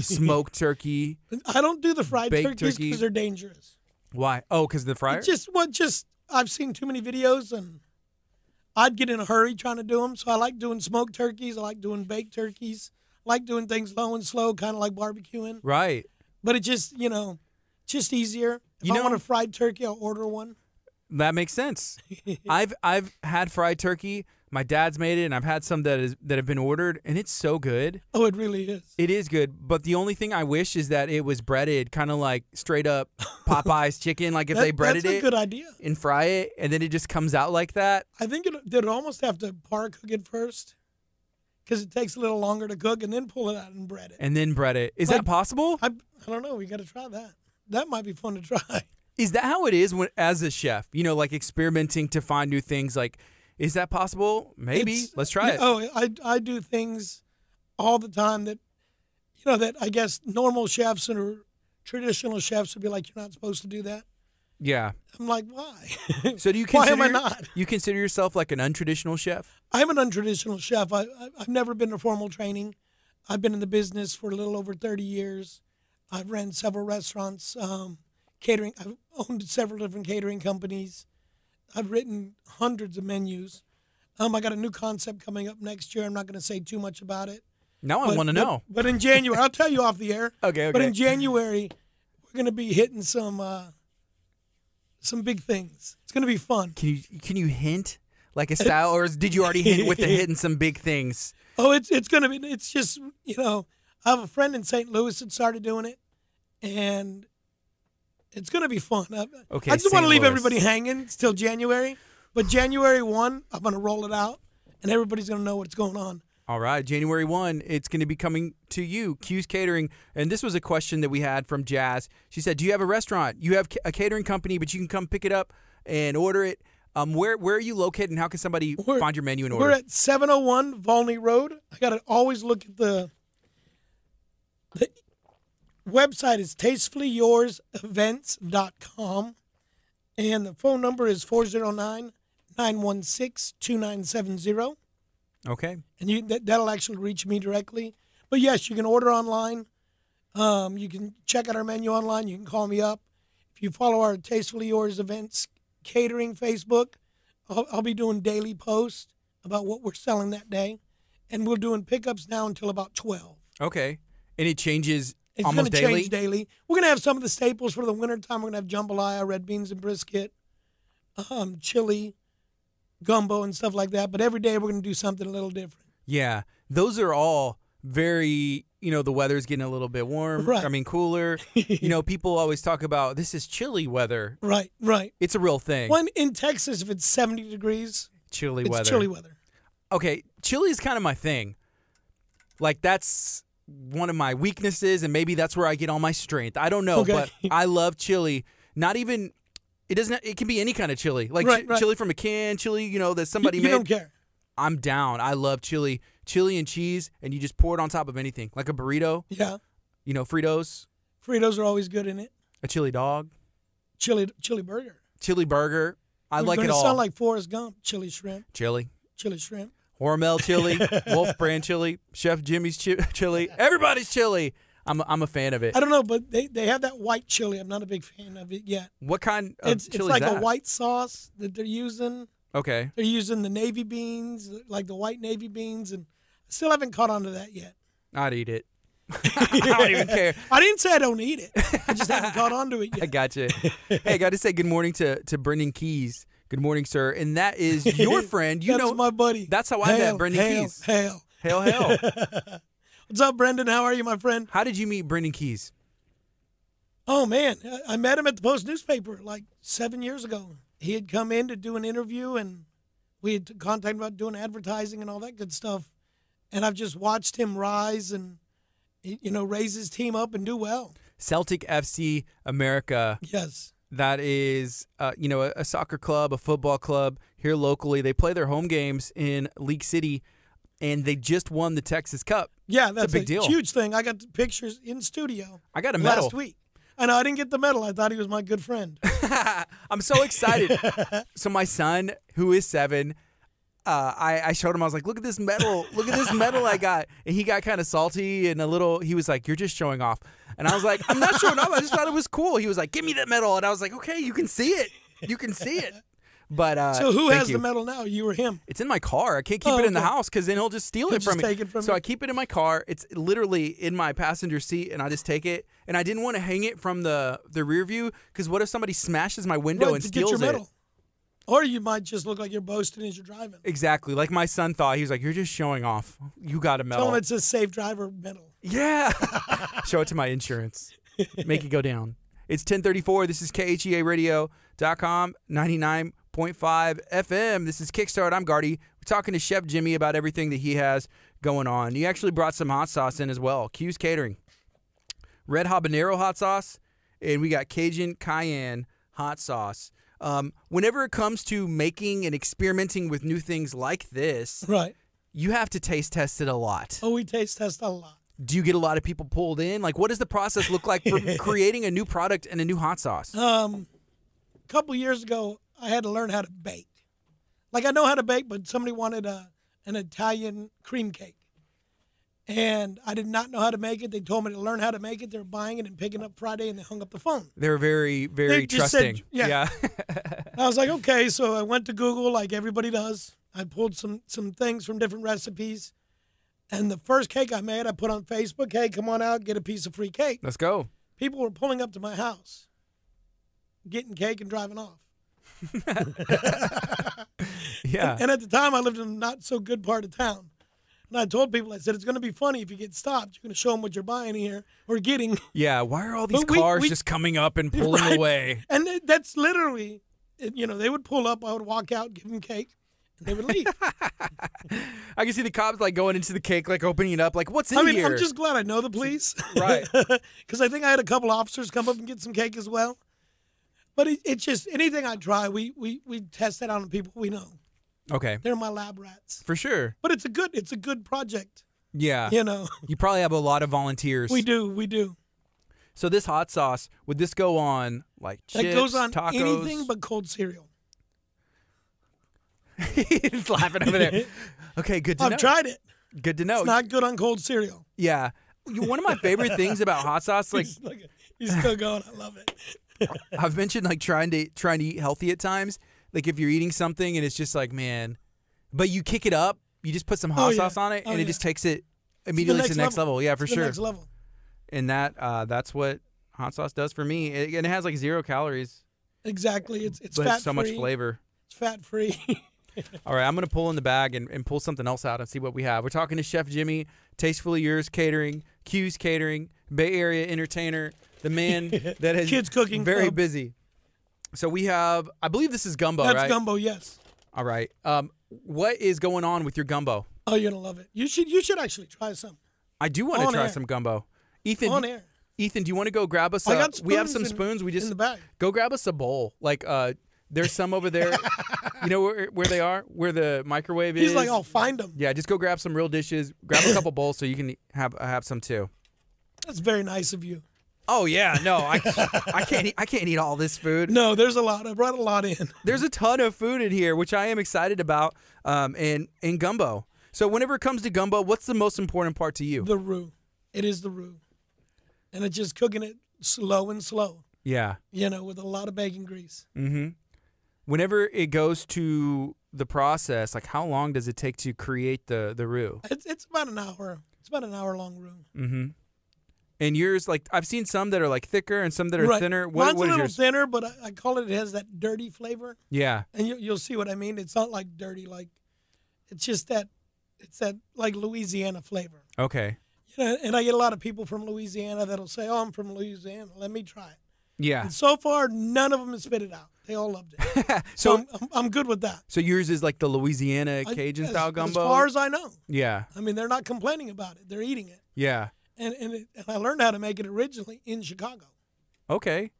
smoked turkey. I don't do the fried baked turkeys turkey. because they're dangerous. Why? Oh, cuz the fryer? It's just what just I've seen too many videos and I'd get in a hurry trying to do them. So I like doing smoked turkeys. I like doing baked turkeys. I like doing things low and slow, kind of like barbecuing. right. But it just you know, just easier. If You I know- want a fried turkey, I'll order one. That makes sense. I've I've had fried turkey. My dad's made it and I've had some that is that have been ordered and it's so good. Oh, it really is. It is good, but the only thing I wish is that it was breaded, kind of like straight up Popeye's chicken. Like if That- they breaded that's it a good idea. and fry it, and then it just comes out like that. I think it, they'd almost have to par cook it first because it takes a little longer to cook, and then pull it out and bread it. And then bread it. Is that Like- possible? I I don't know. We got to try that. That might be fun to try. Is that how it is when, as a chef? You know, like experimenting to find new things. Like, is that possible? Maybe. It's- Let's try yeah, it. Oh, I I do things all the time that you know that I guess normal chefs and or traditional chefs would be like, you're not supposed to do that. Yeah. I'm like, why? So do you Why consider am I not? you consider yourself like an untraditional chef? I'm an untraditional chef. I, I, I've never been to formal training. I've been in the business for a little over 30 years. I've ran several restaurants, um, catering. I've owned several different catering companies. I've written hundreds of menus. Um, I got a new concept coming up next year. I'm not going to say too much about it. Now I want to know. But in January, I'll tell you off the air. Okay, But in okay. January, we're going to be hitting some uh, some big things. It's going to be fun. Can you can you hint like a style, or is- did you already hint with the hit and some big things? Oh, it's it's gonna be. It's just you know, I have a friend in St. Louis that started doing it, and it's gonna be fun. I, Okay, I just want St. to leave Louis. everybody hanging till January, but January one, I'm gonna roll it out, and everybody's gonna know what's going on. All right, January 1, it's going to be coming to you, Q's Catering. And this was a question that we had from Jazz. She said, Do you have a restaurant? You have ca- a catering company, but you can come pick it up and order it. Um, where, where are you located, and how can somebody We're- find your menu and We're order? at 701 Volney Road. I gotta always look at the the website is tastefullyyoursevents.com and the phone number is 409 916 2970. okay. and you that, that'll actually reach me directly. But yes, you can order online. Um, you can check out our menu online. You can call me up. If you follow our Tastefully Yours events catering Facebook, I'll, I'll be doing daily posts about what we're selling that day, and we're doing pickups now until about twelve. Okay. And it changes It's almost gonna daily? change daily. We're gonna have some of the staples for the wintertime. We're gonna have jambalaya, red beans and brisket, um, chili, gumbo, and stuff like that. But every day we're gonna do something a little different. Yeah, those are all very. You know, the weather's getting a little bit warm. Right. I mean, cooler. you know, people always talk about this is chilly weather. Right, right. It's a real thing. When in Texas, if it's 70 degrees, Chilly it's weather. chilly weather. Okay, chilly is kind of my thing. Like that's one of my weaknesses, and maybe that's where I get all my strength. I don't know, Okay. but I love chili. Not even. It doesn't. It can be any kind of chili, like Right, chi- right. chili from a can, chili you know that You, somebody you made. don't care. I'm down. I love chili, chili and cheese, and you just pour it on top of anything, like a burrito. Yeah. You know, Fritos, Fritos are always good in it. a chili dog, Chili chili burger. chili burger. I You're like it gonna all. sound like Forrest Gump. Chili shrimp. chili, Chili shrimp. Hormel chili, Wolf brand chili, Chef Jimmy's chi- chili, everybody's chili. I'm a, I'm a fan of it. I don't know, but they, they have that white chili. I'm not a big fan of it yet. What kind of It's, chili it's like is a that? white sauce that they're using. Okay. They're using the navy beans, like the white navy beans, and I still haven't caught on to that yet. I'd eat it. I don't even care. I didn't say I don't eat it. I just haven't caught on to it I yet. gotcha. Hey, I got to say good morning to, to Brendan Keys. Good morning, sir. And that is your friend. You That know, was my buddy. that's how I met Hail, Brendan hail, Keys. Hail. hell, hell. What's up, Brendan? How are you, my friend? How did you meet Brendan Keys? Oh man, I- I met him at the Post newspaper like seven years ago. He had come in to do an interview, and we had contacted about doing advertising and all that good stuff. And I've just watched him rise and you know raise his team up and do well. Celtic FC America. Yes, That is, uh, you know, a, a soccer club, a football club here locally. They play their home games in League City, and they just won the Texas Cup. yeah, that's big deal. huge thing. I got the pictures in studio. I got a medal. last week. I know I didn't get the medal. I thought he was my good friend. I'm so excited. so my son, who is seven, uh, I, I showed him. I was like, "Look at this medal! Look at this medal I got!" And he got kind of salty and a little. He was like, "You're just showing off." And I was like, "I'm not showing off. I just thought it was cool." He was like, "Give me that medal!" And I was like, "Okay, you can see it. You can see it." But uh, So who thank has you. the medal now? You or him? It's in my car. I can't keep Oh, it in the okay. house because then he'll just steal He'll it from just me. take it from so you. I keep it in my car. It's literally in my passenger seat, and I just take it. And I didn't want to hang it from the the rear view because what if somebody smashes my window Right, and to get steals your it? medal. Or you might just look like you're boasting as you're driving. Exactly. Like my son thought, he was like, "You're just showing off. You got a Tell medal." him it's a safe driver medal. yeah. Show it to my insurance. Make it go down. It's 10:34. This is E KHEARadio.com 99.5 FM. This is Kickstart. I'm Gardy. We're talking to Chef Jimmy about everything that he has going on. He actually brought some hot sauce in as well. Q's Catering, red habanero hot sauce, and we got Cajun cayenne hot sauce. Um, whenever it comes to making and experimenting with new things like this, Right. you have to taste test it a lot. Oh, we taste test a lot. Do you get a lot of people pulled in? Like, what does the process look like for creating a new product and a new hot sauce? Um, couple years ago, I had to learn how to bake. Like I know how to bake, but somebody wanted a, an Italian cream cake, and I did not know how to make it. They told me to learn how to make it. They were buying it and picking up Friday, and they hung up the phone. They're very, very They just said- trusting. yeah. I was like, okay. So I went to Google, like everybody does. I pulled some some things from different recipes, and the first cake I made, I put on Facebook, "Hey, come on out, get a piece of free cake." Let's go. People were pulling up to my house, getting cake and driving off. Yeah. And at the time, I lived in a not so good part of town. And I told people, I said, it's going to be funny if you get stopped. You're going to show them what you're buying here or getting. yeah. Why are all these But we- cars we- just coming up and pulling Right. away? And th- that's literally, it- you know, they would pull up. I would walk out, give them cake, and they would leave. I can see the cops like going into the cake, like opening it up, like what's in I mean, here? I'm just glad I know the police. Right. Because I think I had a couple officers come up and get some cake as well. But it, it's just anything I try, we, we, we test that out on people we know. okay, They're my lab rats. for sure. But it's a good it's a good project, Yeah. you know. You probably have a lot of volunteers. We do, we do. So this hot sauce would this go on like That chips, goes on tacos? anything but cold cereal. He's laughing over there. Okay, good to I've know. Oh, tried it. good to know. It's not good on cold cereal. yeah. You- One of my favorite things about hot sauce, like Look, he's still going. I love it. I've mentioned, like trying to trying to eat healthy at times. Like if you're eating something and it's just like, man, but you kick it up, you just put some hot yeah. sauce on it, Oh, and it yeah. just takes it immediately to the next level. Yeah, for It's the sure. next level. And that uh, that's what hot sauce does for me. It, and it has like zero calories, Exactly. It's it's but fat so much free. flavor. It's fat free. All right, I'm gonna pull in the bag and, and pull something else out and see what we have. We're talking to Chef Jimmy, Tastefully Yours Catering, Q's Catering, Bay Area entertainer, the man that has Kids Cooking very Club. busy. So we have, I believe this is gumbo, That's right? gumbo, yes. All right. Um, what is going on with your gumbo? Oh, you're gonna love it. You should you should actually try some I do want to On try air. some gumbo. Ethan, on air. Ethan, do you want to go grab us? I a- got we have spoons some in- spoons. We in just the bag. go grab us a bowl. Like uh, there's some over there. you know where, where they are, where the microwave is. He's like, "Oh." I'll find them. Yeah, just go grab some real dishes. Grab a couple bowls so you can have have some too. That's very nice of you. Oh yeah, no, I, I can't eat, I can't eat all this food. No, there's a lot. I brought a lot in. There's a ton of food in here, which I am excited about. Um, and and gumbo. So whenever it comes to gumbo, what's the most important part to you? The roux. It is the roux. And it's just cooking it slow and slow, Yeah. you know, with a lot of bacon grease. Mm. Whenever it goes to the process, like how long does it take to create the the roux? It's, it's about an hour. It's about an hour long roux. And yours, like I've seen some that are like thicker and some that are thinner. What, Mine's what a is little yours? thinner, but I, I call it, it has that dirty flavor. yeah. And you, you'll see what I mean. It's not like dirty, like, it's just that, it's that like Louisiana flavor. Okay. You know, and I get a lot of people from Louisiana that'll say, oh, I'm from Louisiana. Let me try it. Yeah. And so far, none of them have spit it out. They all loved it. so So I'm, I'm, I'm good with that. so yours is like the Louisiana I- Cajun as- style gumbo. As far as I know. yeah. I mean, they're not complaining about it. They're eating it. Yeah. And and, it, and I learned how to make it originally in Chicago. Okay.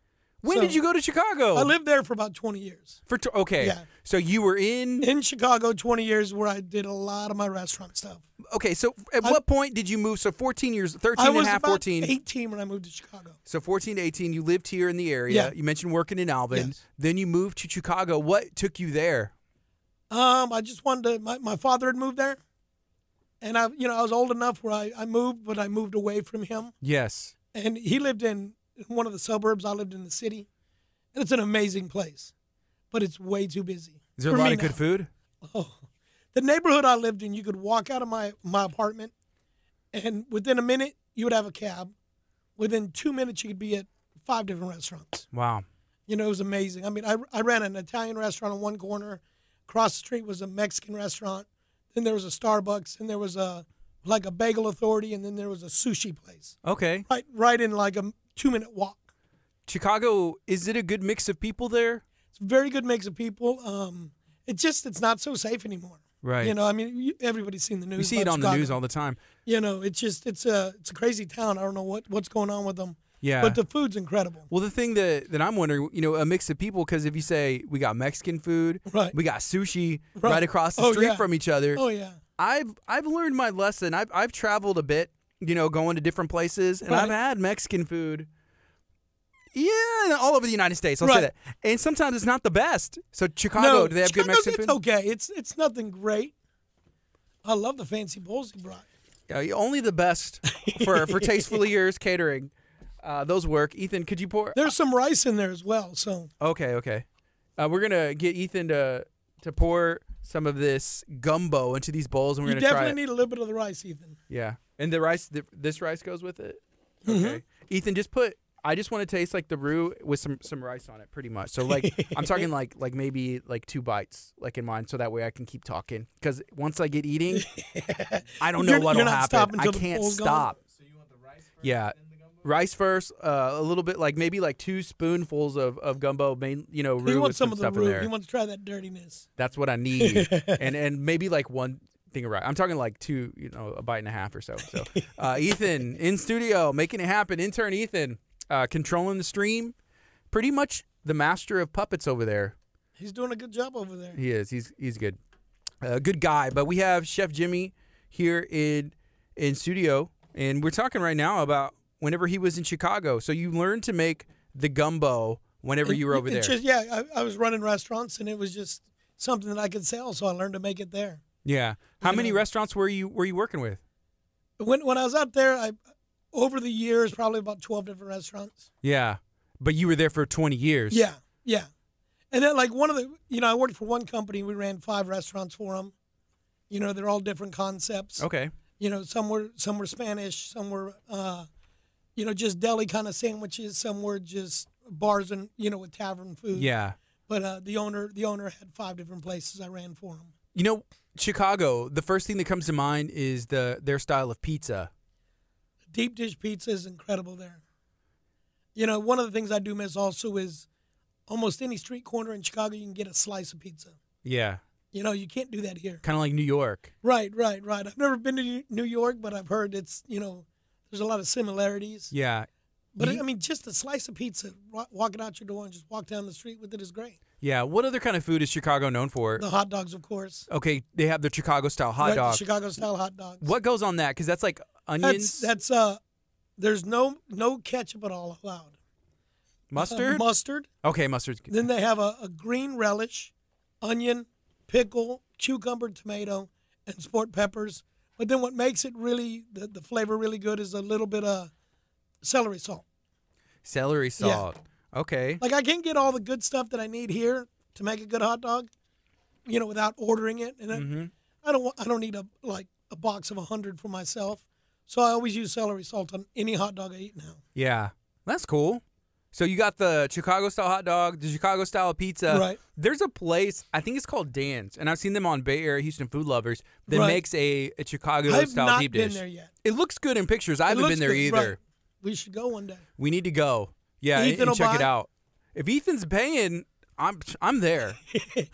When So- did you go to Chicago? I lived there for about 20 years. for t- okay. Yeah. So you were in In Chicago, 20 years where I did a lot of my restaurant stuff. Okay, so at I- what point did you move so 14 years 13 I and a was half about 14 18 when I moved to Chicago. So 14 to 18 you lived here in the area. Yeah. You mentioned working in Alvin. Yes. Then you moved to Chicago. What took you there? Um, I just wanted to. My, my father had moved there, and I, you know, I was old enough where I, I moved, but I moved away from him. Yes. And he lived in one of the suburbs. I lived in the city, and it's an amazing place, but it's way too busy. Is there for a lot me of now. good food? Oh, the neighborhood I lived in, you could walk out of my, my apartment, and within a minute, you would have a cab. Within two minutes, you could be at five different restaurants. Wow. You know, it was amazing. I mean, I, I ran an Italian restaurant on one corner, across the street was a Mexican restaurant, then there was a Starbucks, and there was a like a bagel authority, and then there was a sushi place. Okay. Right, right in like a two minute walk. Chicago, is it a good mix of people there? It's a very good mix of people. Um, it just it's not so safe anymore. Right. You know, I mean, you, everybody's seen the news. We see it about on the Chicago. news all the time. you know, it's just it's a it's a crazy town. I don't know what what's going on with them. Yeah. But the food's incredible. Well, the thing that, that I'm wondering, you know, a mix of people, because if you say we got Mexican food, Right. we got sushi right, Right. across the Oh, street yeah. from each other, Oh yeah. I've I've learned my lesson. I've I've traveled a bit, you know, going to different places, and I've Right. had Mexican food. Yeah, all over the United States. I'll say Right. that. And sometimes it's not the best. So Chicago, do they have good Chicago, Mexican It's food? okay. It's it's nothing great. I love the fancy bowls he brought. Yeah, only the best for for tastefully yours catering. Uh, those work. Ethan, could you pour? There's some rice in there as well. So Okay, okay. Uh, we're gonna get Ethan to to pour some of this gumbo into these bowls, and we're you gonna try definitely it. need a little bit of the rice, Ethan. yeah, and the rice, th this rice goes with it. Okay, Mm-hmm. Ethan, just put. I just want to taste like the roux with some some rice on it, pretty much. So like, I'm talking like like maybe like two bites, like in mine, so that way I can keep talking. Because once I get eating, I don't know You're- what'll you're not happen. stopping I till the can't bowl's gone? stop. Yeah. Rice first, uh, a little bit like maybe like two spoonfuls of, of gumbo, main you know, roux He with wants some, of the stuff in roux. there. He wants to try that dirtiness. That's what I need, and and maybe like one thing of rice. I'm talking like two, you know, a bite and a half or so. So, uh, Ethan in studio making it happen. Intern Ethan uh, controlling the stream, pretty much the master of puppets over there. He's doing a good job over there. He is. He's he's good. A good guy. But we have Chef Jimmy here in in studio, and we're talking right now about whenever he was in Chicago. So you learned to make the gumbo whenever you were over there. It's just yeah, I, I was running restaurants and it was just something that I could sell, so I learned to make it there. yeah. How you many know- restaurants were you were you working with? When when I was out there, I over the years probably about twelve different restaurants. Yeah. But you were there for 20 years. Yeah, yeah. And then like one of the, you know, I worked for one company. We ran five restaurants for them. You know, they're all different concepts. Okay. You know, some were some were Spanish, some were, uh, you know, just deli kind of sandwiches. Some were just bars and you know with tavern food. Yeah. But uh, the owner the owner had five different places I ran for him. You know, Chicago, the first thing that comes to mind is the their style of pizza. deep dish pizza is incredible there. You know, one of the things I do miss also is almost any street corner in Chicago you can get a slice of pizza. Yeah. You know, you can't do that here. Kind of like New York. Right, right, right. I've never been to New- New York, but I've heard it's you know there's a lot of similarities. Yeah. But Ye- I mean, just a slice of pizza, wa- walking out your door and just walk down the street with it is great. Yeah. What other kind of food is Chicago known for? The hot dogs, of course, Okay, they have the Chicago style hot right? dog. The Chicago style hot dogs. What goes on that? Because that's like onions, That's that's uh, there's no no ketchup at all allowed. Uh, mustard. mustard. okay, mustard's good. Then they have a, a green relish, onion, pickle, cucumber, tomato, and sport peppers. But then what makes it really the, the flavor really good is a little bit of celery salt. Celery salt. Okay. Like I can't get all the good stuff that I need here to make a good hot dog, you know, without ordering it. And I- Mm-hmm. I don't want, I don't need a like a box of hundred for myself. So I always use celery salt on any hot dog I eat now. Yeah, that's cool. So you got the Chicago style hot dog, the Chicago style pizza. Right. There's a place I think it's called Dan's, and I've seen them on Bay Area Houston food lovers that Right. makes a, a Chicago I've style not deep been dish. there yet. It looks good in pictures. I It haven't looks been there good, either. right. We should go one day. We need to go. Yeah, and- Ethan and will check buy it it? out. If Ethan's paying, I'm I'm there.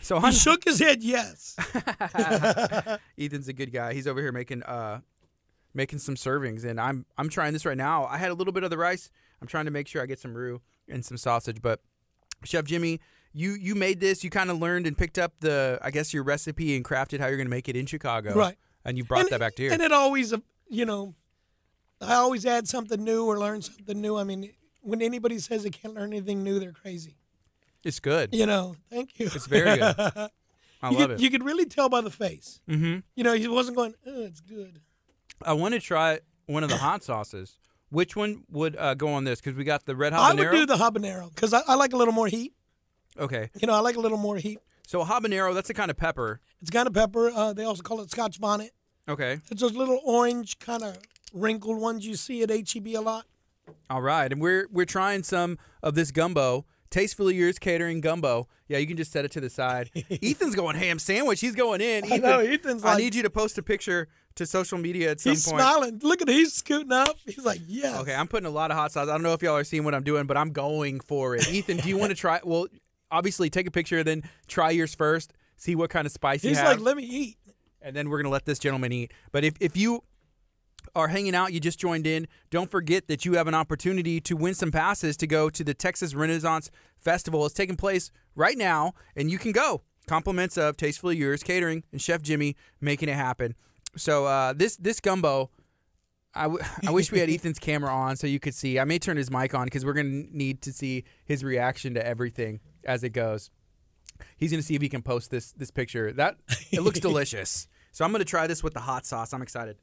so He I'm shook his head yes. Ethan's a good guy. He's over here making uh making some servings and I'm I'm trying this right now. I had a little bit of the rice. I'm trying to make sure I get some roux and some sausage, but Chef Jimmy, you you made this. You kind of learned and picked up the I guess your recipe and crafted how you're going to make it in Chicago. Right. And you brought and, that back to here. And it always, uh, you know, I always add something new or learn something new. I mean, when anybody says they can't learn anything new, they're crazy. it's good. You know, thank you. It's very good. I love you could, it. You could really tell by the face. Mm-hmm. You know, he wasn't going, oh, it's good. I want to try one of the hot sauces. Which one would uh, go on this? Because we got the red habanero. I would do the habanero because I, I like a little more heat. okay, You know, I like a little more heat. so habanero. That's a kind of pepper. It's kind of pepper. Uh, they also call it Scotch bonnet. Okay, It's those little orange kind of wrinkled ones you see at HEB a lot. All right, and we're we're trying some of this gumbo, tastefully yours catering gumbo. Yeah, you can just set it to the side. Ethan's going ham sandwich. He's going in. Ethan, know, Ethan's I like- need you to post a picture to social media at some He's point. smiling. Look at he's scooting up. He's like, yes. Okay, I'm putting a lot of hot sauce. I don't know if y'all are seeing what I'm doing, but I'm going for it. Ethan, do you want to try? Well, obviously, take a picture, then try yours first. See what kind of spice you He's have. like, let me eat. and then we're going to let this gentleman eat. But if, if you are hanging out, you just joined in, don't forget that you have an opportunity to win some passes to go to the Texas Renaissance Festival. It's taking place right now, and you can go. Compliments of Tastefully Yours Catering and Chef Jimmy making it happen. So uh, this this gumbo, I, w- I wish we had Ethan's camera on so you could see. I may turn his mic on because we're going to need to see his reaction to everything as it goes. He's going to see if he can post this this picture. That it looks delicious. So I'm going to try this with the hot sauce. I'm excited.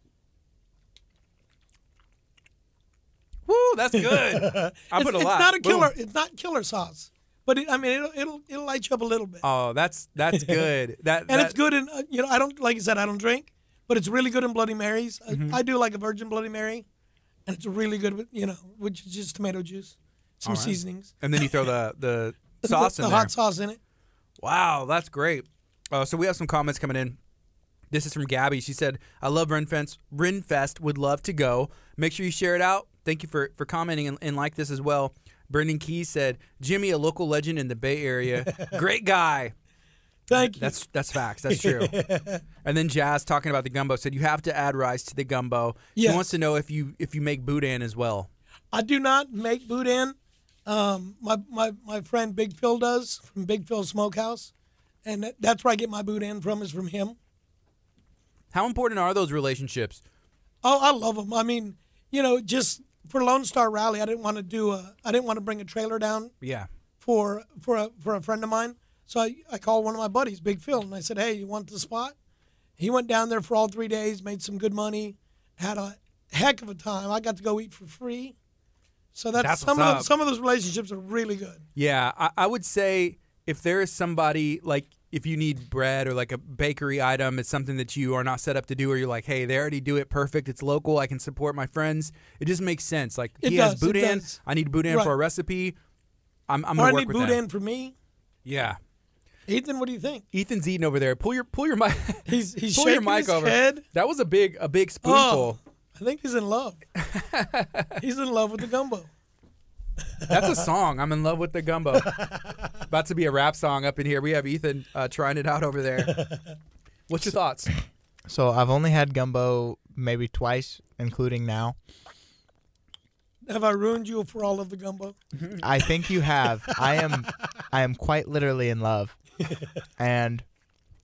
Woo, that's good. I it's, put a it's lot. not a Boom. killer. It's not killer sauce, but it, I mean it'll, it'll it'll light you up a little bit, Oh, that's that's good. That and that- it's good. in uh, you know, I don't like I said, I don't drink, but it's really good in Bloody Marys. Mm-hmm. I, I do like a Virgin Bloody Mary, and it's really good with you know, which is just tomato juice, some All right. seasonings, And then you throw the the the- sauce the, in there. hot sauce in it. Wow, that's great. Uh, so we have some comments coming in. This is from Gabby. She said, "I love Renfest. Renfest would love to go. Make sure you share it out. Thank you for for commenting and, and like this as well." Brendan Key said, "Jimmy, a local legend in the Bay Area, great guy. Thank you. That's that's facts. That's true." and then Jazz talking about the gumbo said, "You have to add rice to the gumbo. She Yes. wants to know if you if you make boudin as well." I do not make boudin. Um, my, my my friend Big Phil does from Big Phil Smokehouse, and that, that's where I get my boudin from. Is from him. How important are those relationships? Oh, I love them. I mean, you know, just for Lone Star Rally, I didn't want to do a, I didn't want to bring a trailer down Yeah. for for a, for a friend of mine. So I, I called one of my buddies, Big Phil, and I said, "Hey, you want the spot?" He went down there for all three days, made some good money, had a heck of a time. I got to go eat for free. So that's, That's some what's of up. those, some of those relationships are really good. Yeah, I, I would say if there is somebody like if you need bread or like a bakery item, it's something that you are not set up to do, or you're like, hey, they already do it perfect. It's local. I can support my friends. It just makes sense. Like It he has does, it boudin. does. I need boudin Right. for a recipe. I'm, I'm Or I gonna work need with them. boudin for me. Yeah, Ethan, what do you think? Ethan's eating over there. Pull your pull your mic. He's he's pull your shaking mic his over. head. That was a big a big Oh, spoonful. I think he's in love. he's in love with the gumbo. That's a song. I'm in love with the gumbo. About to be a rap song up in here. We have Ethan uh, trying it out over there. What's your thoughts? So I've only had gumbo maybe twice, including now. Have I ruined you for all of the gumbo? I think you have. I am I am quite literally in love. And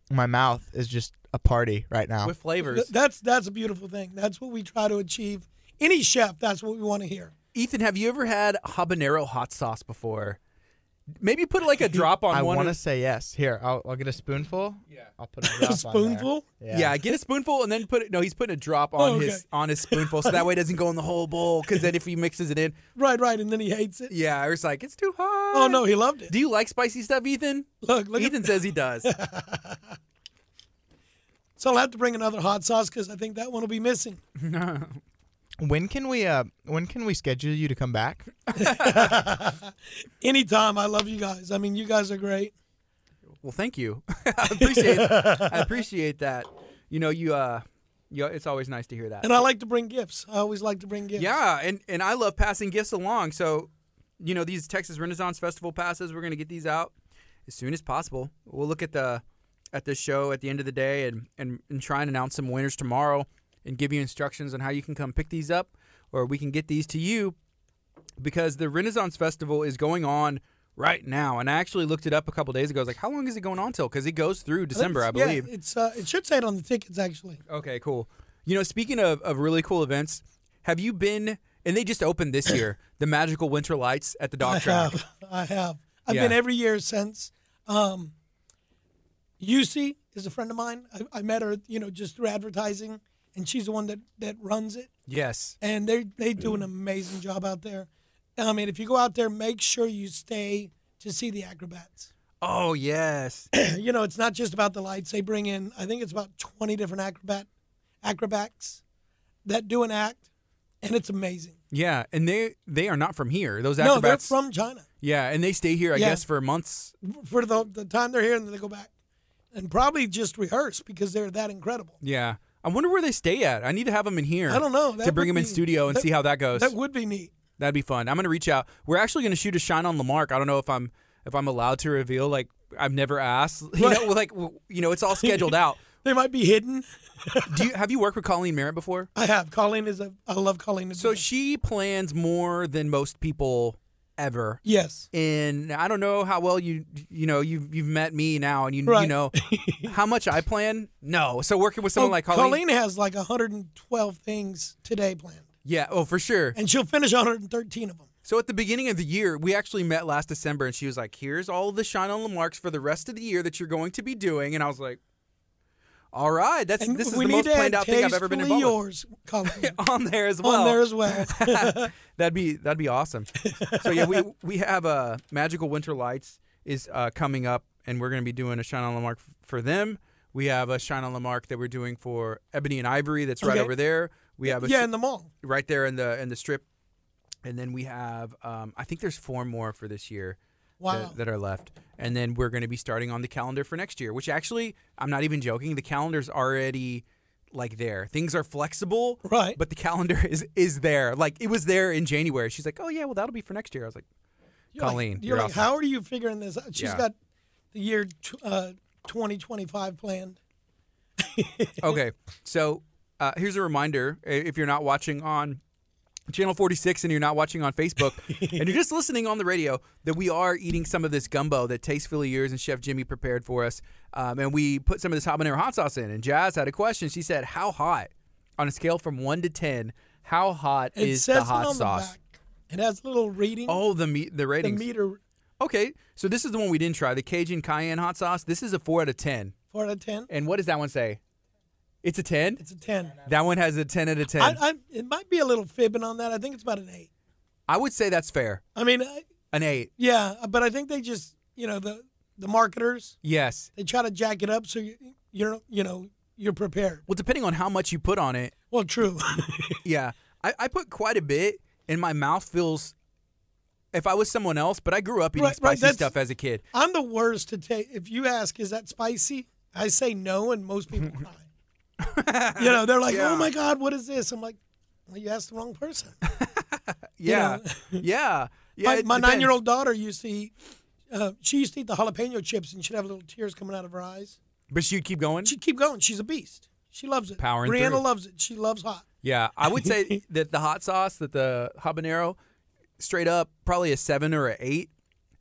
my mouth is just a party right now. With flavors. Th- that's that's a beautiful thing. That's what we try to achieve. Any chef, that's what we want to hear. Ethan, have you ever had habanero hot sauce before? Maybe put like a drop on I one. want to of- say yes. Here, I'll, I'll get a spoonful. Yeah. I'll put a, drop A on there. spoonful. yeah. get a spoonful and then put it. No, he's putting a drop on Oh, okay. his on his spoonful, so that way it doesn't go in the whole bowl. Because then if he mixes it in, Right, right, and then he hates it. yeah, or it's like it's too hot. Oh no, he loved it. Do you like spicy stuff, Ethan? Look, look. At, Ethan says he does. so I'll have to bring another hot sauce because I think that one will be missing. When can we uh when can we schedule you to come back? Anytime, I love you guys. I mean, you guys are great. Well, thank you. I appreciate. I appreciate that. You know, you uh, you, it's always nice to hear that. And I like to bring gifts. I always like to bring gifts. Yeah, and and I love passing gifts along. So, you know, these Texas Renaissance Festival passes, we're gonna get these out as soon as possible. We'll look at the at the show at the end of the day and and, and try and announce some winners tomorrow and give you instructions on how you can come pick these up or we can get these to you because the Renaissance Festival is going on right now. And I actually looked it up a couple days ago. I was like, how long is it going on till? Because it goes through December, I It's- yeah, believe. it's uh, it should say it on the tickets actually. Okay, cool. You know, speaking of, of really cool events, have you been? And they just opened this year the magical winter lights at the I dog track. have. I have. I've been Yeah. every year since. Um, UC is a friend of mine. I, I met her, you know, just through advertising, and she's the one that that runs it. Yes, And they they do an amazing job out there. I mean, if you go out there, make sure you stay to see the acrobats. Oh yes. you know, it's not just about the lights. They bring in, I think it's about twenty different acrobat acrobats that do an act, and it's amazing. yeah, and they they are not from here. Those No, they're acrobats. from China. yeah, and they stay here, I Yeah. guess, for months. for the, the time they're here and then they go back and probably just rehearse because they're that incredible. Yeah, I wonder where they stay at. I need to have them in here. I don't know. to That bring would them in be- studio and that- see how that goes. That would be neat. That'd be fun. I'm gonna reach out. We're actually gonna shoot a shine on Lamarck. I don't know if I'm if I'm allowed to reveal. Like I've never asked. You Right. know, like w- you know, it's all scheduled out. They might be hidden. Do you have you worked with Colleen Merritt before? I have. Colleen is a. I love Colleen. So she plans more than most people ever. Yes. And I don't know how well you you know you've you've met me now, and you you Right. know how much I plan. No, so working with someone Oh, like Colleen, has like 112 things today planned, yeah, oh for sure. and she'll finish 113 of them. So at the beginning of the year, we actually met last December, and she was like, "Here's all of the shine on the marks for the rest of the year that you're going to be doing," and I was like, "All right, that's And this is we the need most to planned add out thing I've ever been Tastefully involved with." yours, Colleen, on there as well. on there as well. that'd be that'd be awesome. so yeah, we we have uh, Magical Winter Lights is uh, coming up, and we're going to be doing a Shine on Lamarck f- for them. We have a Shine on Lamarck that we're doing for Ebony and Ivory. That's right Okay. over there. We have a yeah, sh- in the mall. right there in the in the strip, and then we have um, I think there's four more for this year. Wow. That, that are left, and then we're going to be starting on the calendar for next year. Which actually, I'm not even joking. The calendar's already like there. Things are flexible, Right. but the calendar is is there. Like it was there in January. She's like, "Oh yeah, well that'll be for next year." I was like, You're like- Colleen, you're, you're like, awesome. how are you figuring this out? She's Yeah. got the year t- uh, 2025 planned. "Okay." So uh, here's a reminder: i- if you're not watching on Channel 46 and you're not watching on Facebook and you're just listening on the radio, that we are eating some of this gumbo that Tastefully Yours and Chef Jimmy prepared for us, um, and we put some of this habanero hot sauce in. And Jazz had a question. She said, "How hot?" On a scale from one to ten, how hot It is says the hot it on sauce? the back. It has a little reading. Oh, the meat, the the ratings. meter Okay, so this is the one we didn't try, the Cajun cayenne hot sauce. This is a four out of ten. four out of ten. And what does that one say? It's a ten. It's a ten. That one has a ten out of ten. I, I, I, it might be a little fibbing on that. I think it's about an eight. would say that's fair. I mean, I, An eight. yeah, but I think they just you know the the marketers Yes. they try to jack it up so you, you're you know you're prepared. Well, depending on how much you put on it. Well, true. Yeah, I, I put quite a bit, and my mouth feels. If I was someone else, but I grew up eating Right, right, spicy that's- stuff as a kid. I'm the worst to take. If you ask, is that spicy? I say no, and most people cry. you know, they're like, Yeah. "Oh my God, what is this?" I'm like, "Well, you asked the wrong person." Yeah, yeah, yeah. my it my depends. nine year old daughter used to eat. Uh, she used to eat the jalapeno chips, and she'd have little tears coming out of her eyes. but she'd keep going. She'd keep going. She's a beast. She loves it. Powering Brianna through. loves it. She loves hot. Yeah, I would say that the hot sauce, that the habanero, straight up, probably a seven or an eight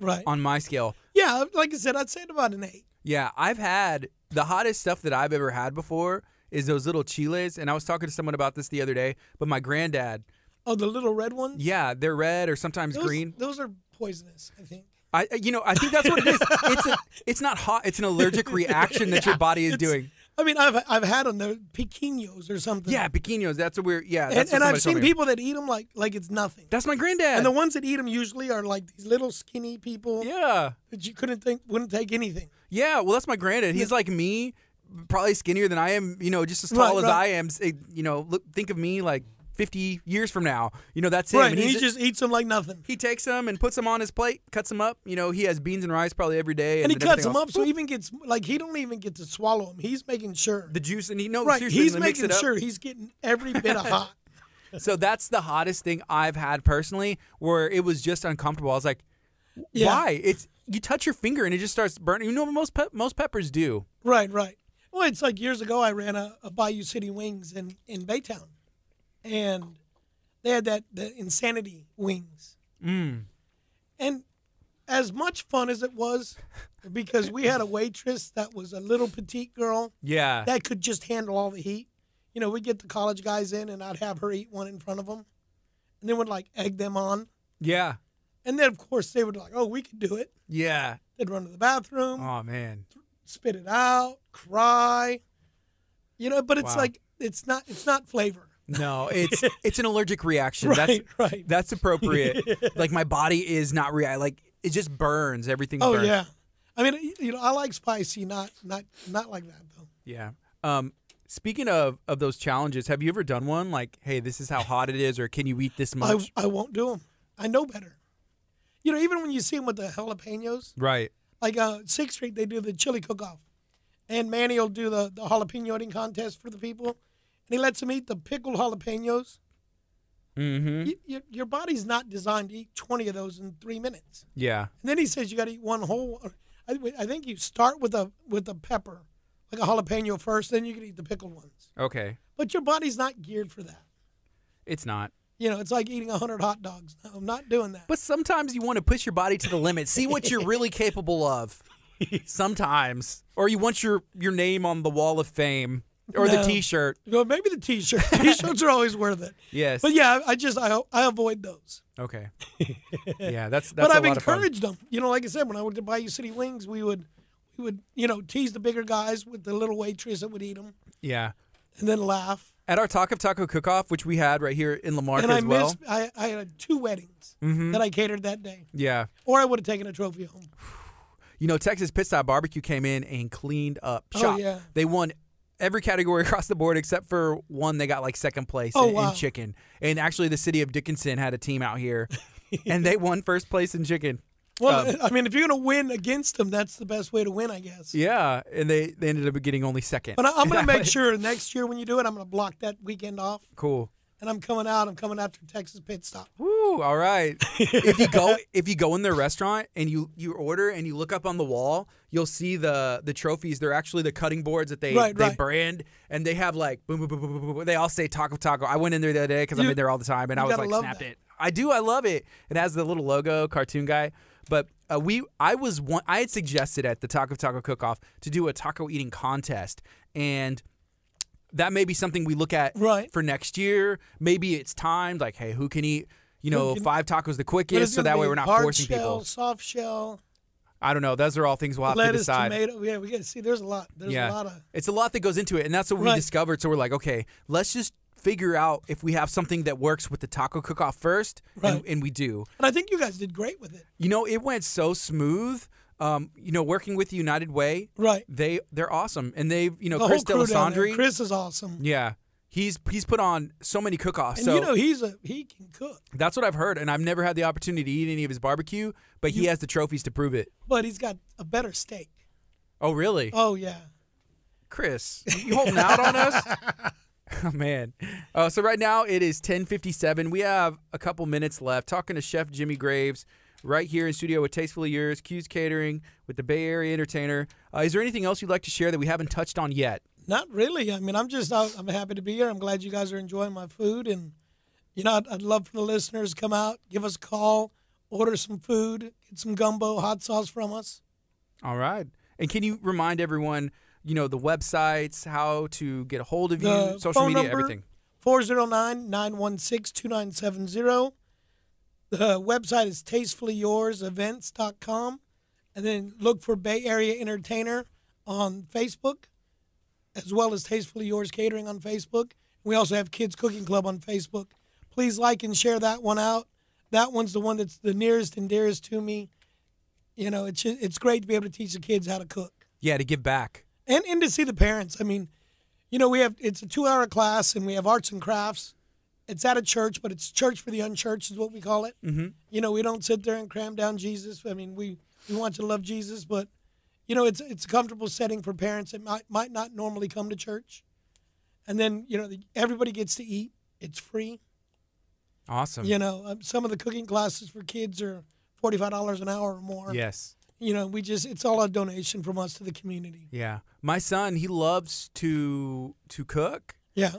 Right. on my scale. Uh, yeah, like I said, I'd say it about an eight. Yeah, I've had the hottest stuff that I've ever had before is those little chiles. And I was talking to someone about this the other day, but my granddad, Oh, the little red ones. yeah, they're red or sometimes those, green. Those are poisonous. I think. I, you know, I think that's what it is. It's a, it's not hot. It's an allergic reaction that your body is It's- doing. I mean, I've I've had them. They're piquinos or something. Yeah, piquinos. That's a weird. Yeah, and, that's and what somebody told I've seen me. people that eat them like like it's nothing. That's my granddad. And the ones that eat them usually are like these little skinny people yeah, that you couldn't think wouldn't take anything. yeah. Well, that's my granddad. He's like me, probably skinnier than I am. You know, just as tall as Right, right. I am. S- You know, look, think of me like fifty years from now. You know, that's him. right, And and he he's- just eats them like nothing. he takes them and puts them on his plate, cuts them up. You know, he has beans and rice probably every day, And he then cuts everything them else. up so he even gets like he don't even get to swallow them. He's making sure. The juice and he no, right, seriously, he's they mix making it up. sure he's getting every bit of hot. So that's the hottest thing I've had personally, where it was just uncomfortable. I was like, Yeah. why? It's you touch your finger and it just starts burning. You know what most pe- most peppers do? Right, right. Well, it's like years ago I ran a, a Bayou City Wings in in Baytown, and they had that the insanity wings. Mm. And as much fun as it was, because we had a waitress that was a little petite girl Yeah, that could just handle all the heat. You know, we would get the college guys in, and I'd have her eat one in front of them, and then would like egg them on, yeah, and then of course they would like, oh, we could do it. yeah. They'd run to the bathroom Oh man, spit it out, cry. You know, but it's Wow. like it's not it's not flavor. no, it's it's an allergic reaction. Right, that's right. That's appropriate. like my body is not rea Like it just burns. Everything. Oh burns. yeah. I mean, you know, I like spicy, not not not like that though. Yeah. Um, speaking of of those challenges, have you ever done one like, hey, this is how hot it is, or can you eat this much? I I won't do them. I know better. You know, even when you see them with the jalapenos, right. like uh, Sixth Street, they do the chili cook-off, and Manny will do the the jalapeno eating contest for the people, and he lets them eat the pickled jalapenos. Mm-hmm. You, your, your body's not designed to eat twenty of those in three minutes. Yeah. And then he says you got to eat one whole. Or, I, I think you start with a with a pepper, like a jalapeno first, then you can eat the pickled ones. Okay. But your body's not geared for that. It's not. You know, it's like eating 100 hot dogs. No, I'm not doing that. But sometimes you want to push your body to the limit, see what you're really capable of. Sometimes, or you want your your name on the wall of fame or the No. T-shirt. Well, maybe the t-shirt. T-shirts are always worth it. Yes. But yeah, I just I, I avoid those. Okay. Yeah, that's that's but a I've lot of fun. encouraged them. You know, like I said, when I went to Bayou City Wings, we would we would you know tease the bigger guys with the little waitress that would eat them, Yeah. and then laugh. At our Talk of Taco cook-off, which we had right here in Lamarck and I as well. Mm-hmm. missed. I, I had two weddings that I catered that day, yeah. or I would have taken a trophy home. You know, Texas Pit Stop Barbecue came in and cleaned up Oh, shop. yeah. They won every category across the board except for one. They got like second place Oh, in, wow. in chicken. And actually, the city of Dickinson had a team out here, and they won first place in chicken. Well, Um, I mean, if you're gonna win against them, that's the best way to win, I guess. Yeah, and they, they ended up getting only second. But I, I'm gonna make sure next year when you do it, I'm gonna block that weekend off, cool. and I'm coming out. I'm coming after Texas Pit Stop. Woo! All right. if you go if you go in their restaurant and you you order and you look up on the wall, you'll see the the trophies. They're actually the cutting boards that they Right, they right. brand and they have like boom boom boom boom boom. boom, boom. They all say taco taco. I went in there the other day because I'm You- in there all the time and I was gotta like love snapped that. it. I do. I love it. It has the little logo cartoon guy. But uh, we I was one I had suggested at the taco taco cook off to do a taco eating contest and that may be something we look at Right. for next year. Maybe it's timed, like, hey, who can eat, you know, can- five tacos the But it's quickest, so gonna that way be we're not hard forcing shell, people. Soft shell, I don't know. Those are all things we'll have to lettuce, decide. tomato. Yeah, we got to see. There's a lot. There's yeah, a lot of. it's a lot that goes into it, and that's what we Right. discovered. So we're like, okay, let's just figure out if we have something that works with the taco cook-off first, and, Right. and we do. And I think you guys did great with it. You know, it went so smooth. Um, you know, working with United Way, Right. they they're awesome, and they've you know The Chris whole crew down there. Delisandri, Chris is awesome. yeah, he's he's put on so many cook-offs. And so you know he's a he can cook, That's what I've heard, and I've never had the opportunity to eat any of his barbecue, but he has the trophies to prove it. but he's got a better steak. Oh, really? Oh yeah. Chris, you holding out on us? Oh, man. Uh, so right now it is 10.57. We have a couple minutes left. Talking to Chef Jimmy Graves right here in studio with Tastefully Yours, Q's Catering, with the Bay Area Entertainer. Uh, is there anything else you'd like to share that we haven't touched on yet? Not really. I mean, I'm just I- I'm happy to be here. I'm glad you guys are enjoying my food, and you know I'd, I'd love for the listeners to come out, give us a call, order some food, get some gumbo, hot sauce from us. All right. And can you remind everyone, you know, the websites, how to get a hold of The you, social phone media, number, everything? 409-916-2970. The website is tastefullyyoursevents.com. And then look for Bay Area Entertainer on Facebook, as well as Tastefully Yours Catering on Facebook. We also have Kids Cooking Club on Facebook. Please like and share that one out. That one's the one that's the nearest and dearest to me. You know, it's, it's great to be able to teach the kids how to cook Yeah, to give back. and and to see the parents. I mean, you know, we have it's a two-hour class, and we have arts and crafts. It's at a church, but it's church for the unchurched, is what we call it. Mm-hmm. You know, we don't sit there and cram down Jesus. I mean, we we want you to love Jesus, but you know, it's it's a comfortable setting for parents that might might not normally come to church. And then you know, the, everybody gets to eat. It's free. Awesome. You know, um, some of the cooking classes for kids are forty-five dollars an hour or more. Yes. You know, we just it's all a donation from us to the community. Yeah. My son, he loves to to cook, Yeah.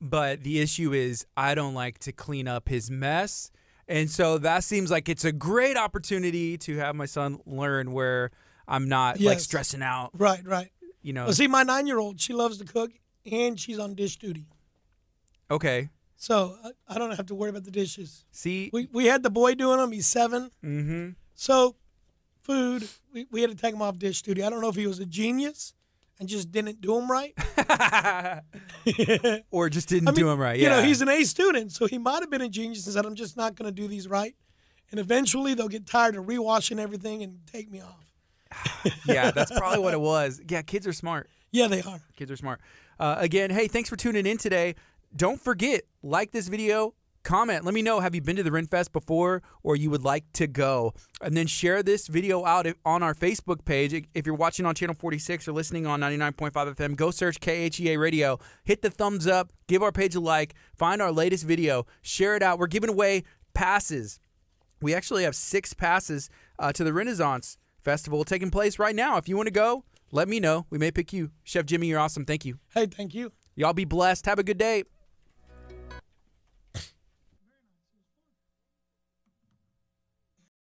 but the issue is I don't like to clean up his mess. And so that seems like it's a great opportunity to have my son learn where I'm not like Yes. stressing out, Right. Right. you know. Well, see, my nine-year-old, she loves to cook, and she's on dish duty, Okay. so I, I don't have to worry about the dishes. See? We we had the boy doing them; he's seven. Mhm. So, food, we, we had to take him off dish duty. I don't know if he was a genius and just didn't do them right. Or just didn't I mean, do him right. You Yeah. know, he's an A student, so he might have been a genius and said, "I'm just not going to do these right," and eventually they'll get tired of rewashing everything and take me off. yeah, that's probably what it was. Yeah, kids are smart. Yeah, they are. Kids are smart. Uh, again, hey, thanks for tuning in today. Don't forget, like this video, comment. Let me know, have you been to the Renfest before or you would like to go? And then share this video out if- on our Facebook page. If you're watching on Channel 46 or listening on 99.5 FM, go search KHEA Radio. Hit the thumbs up, give our page a like, find our latest video, share it out. We're giving away passes. We actually have six passes uh, to the Renaissance Festival taking place right now. If you want to go, let me know. We may pick you. Chef Jimmy, you're awesome. Thank you. Hey, thank you. Y'all be blessed. Have a good day.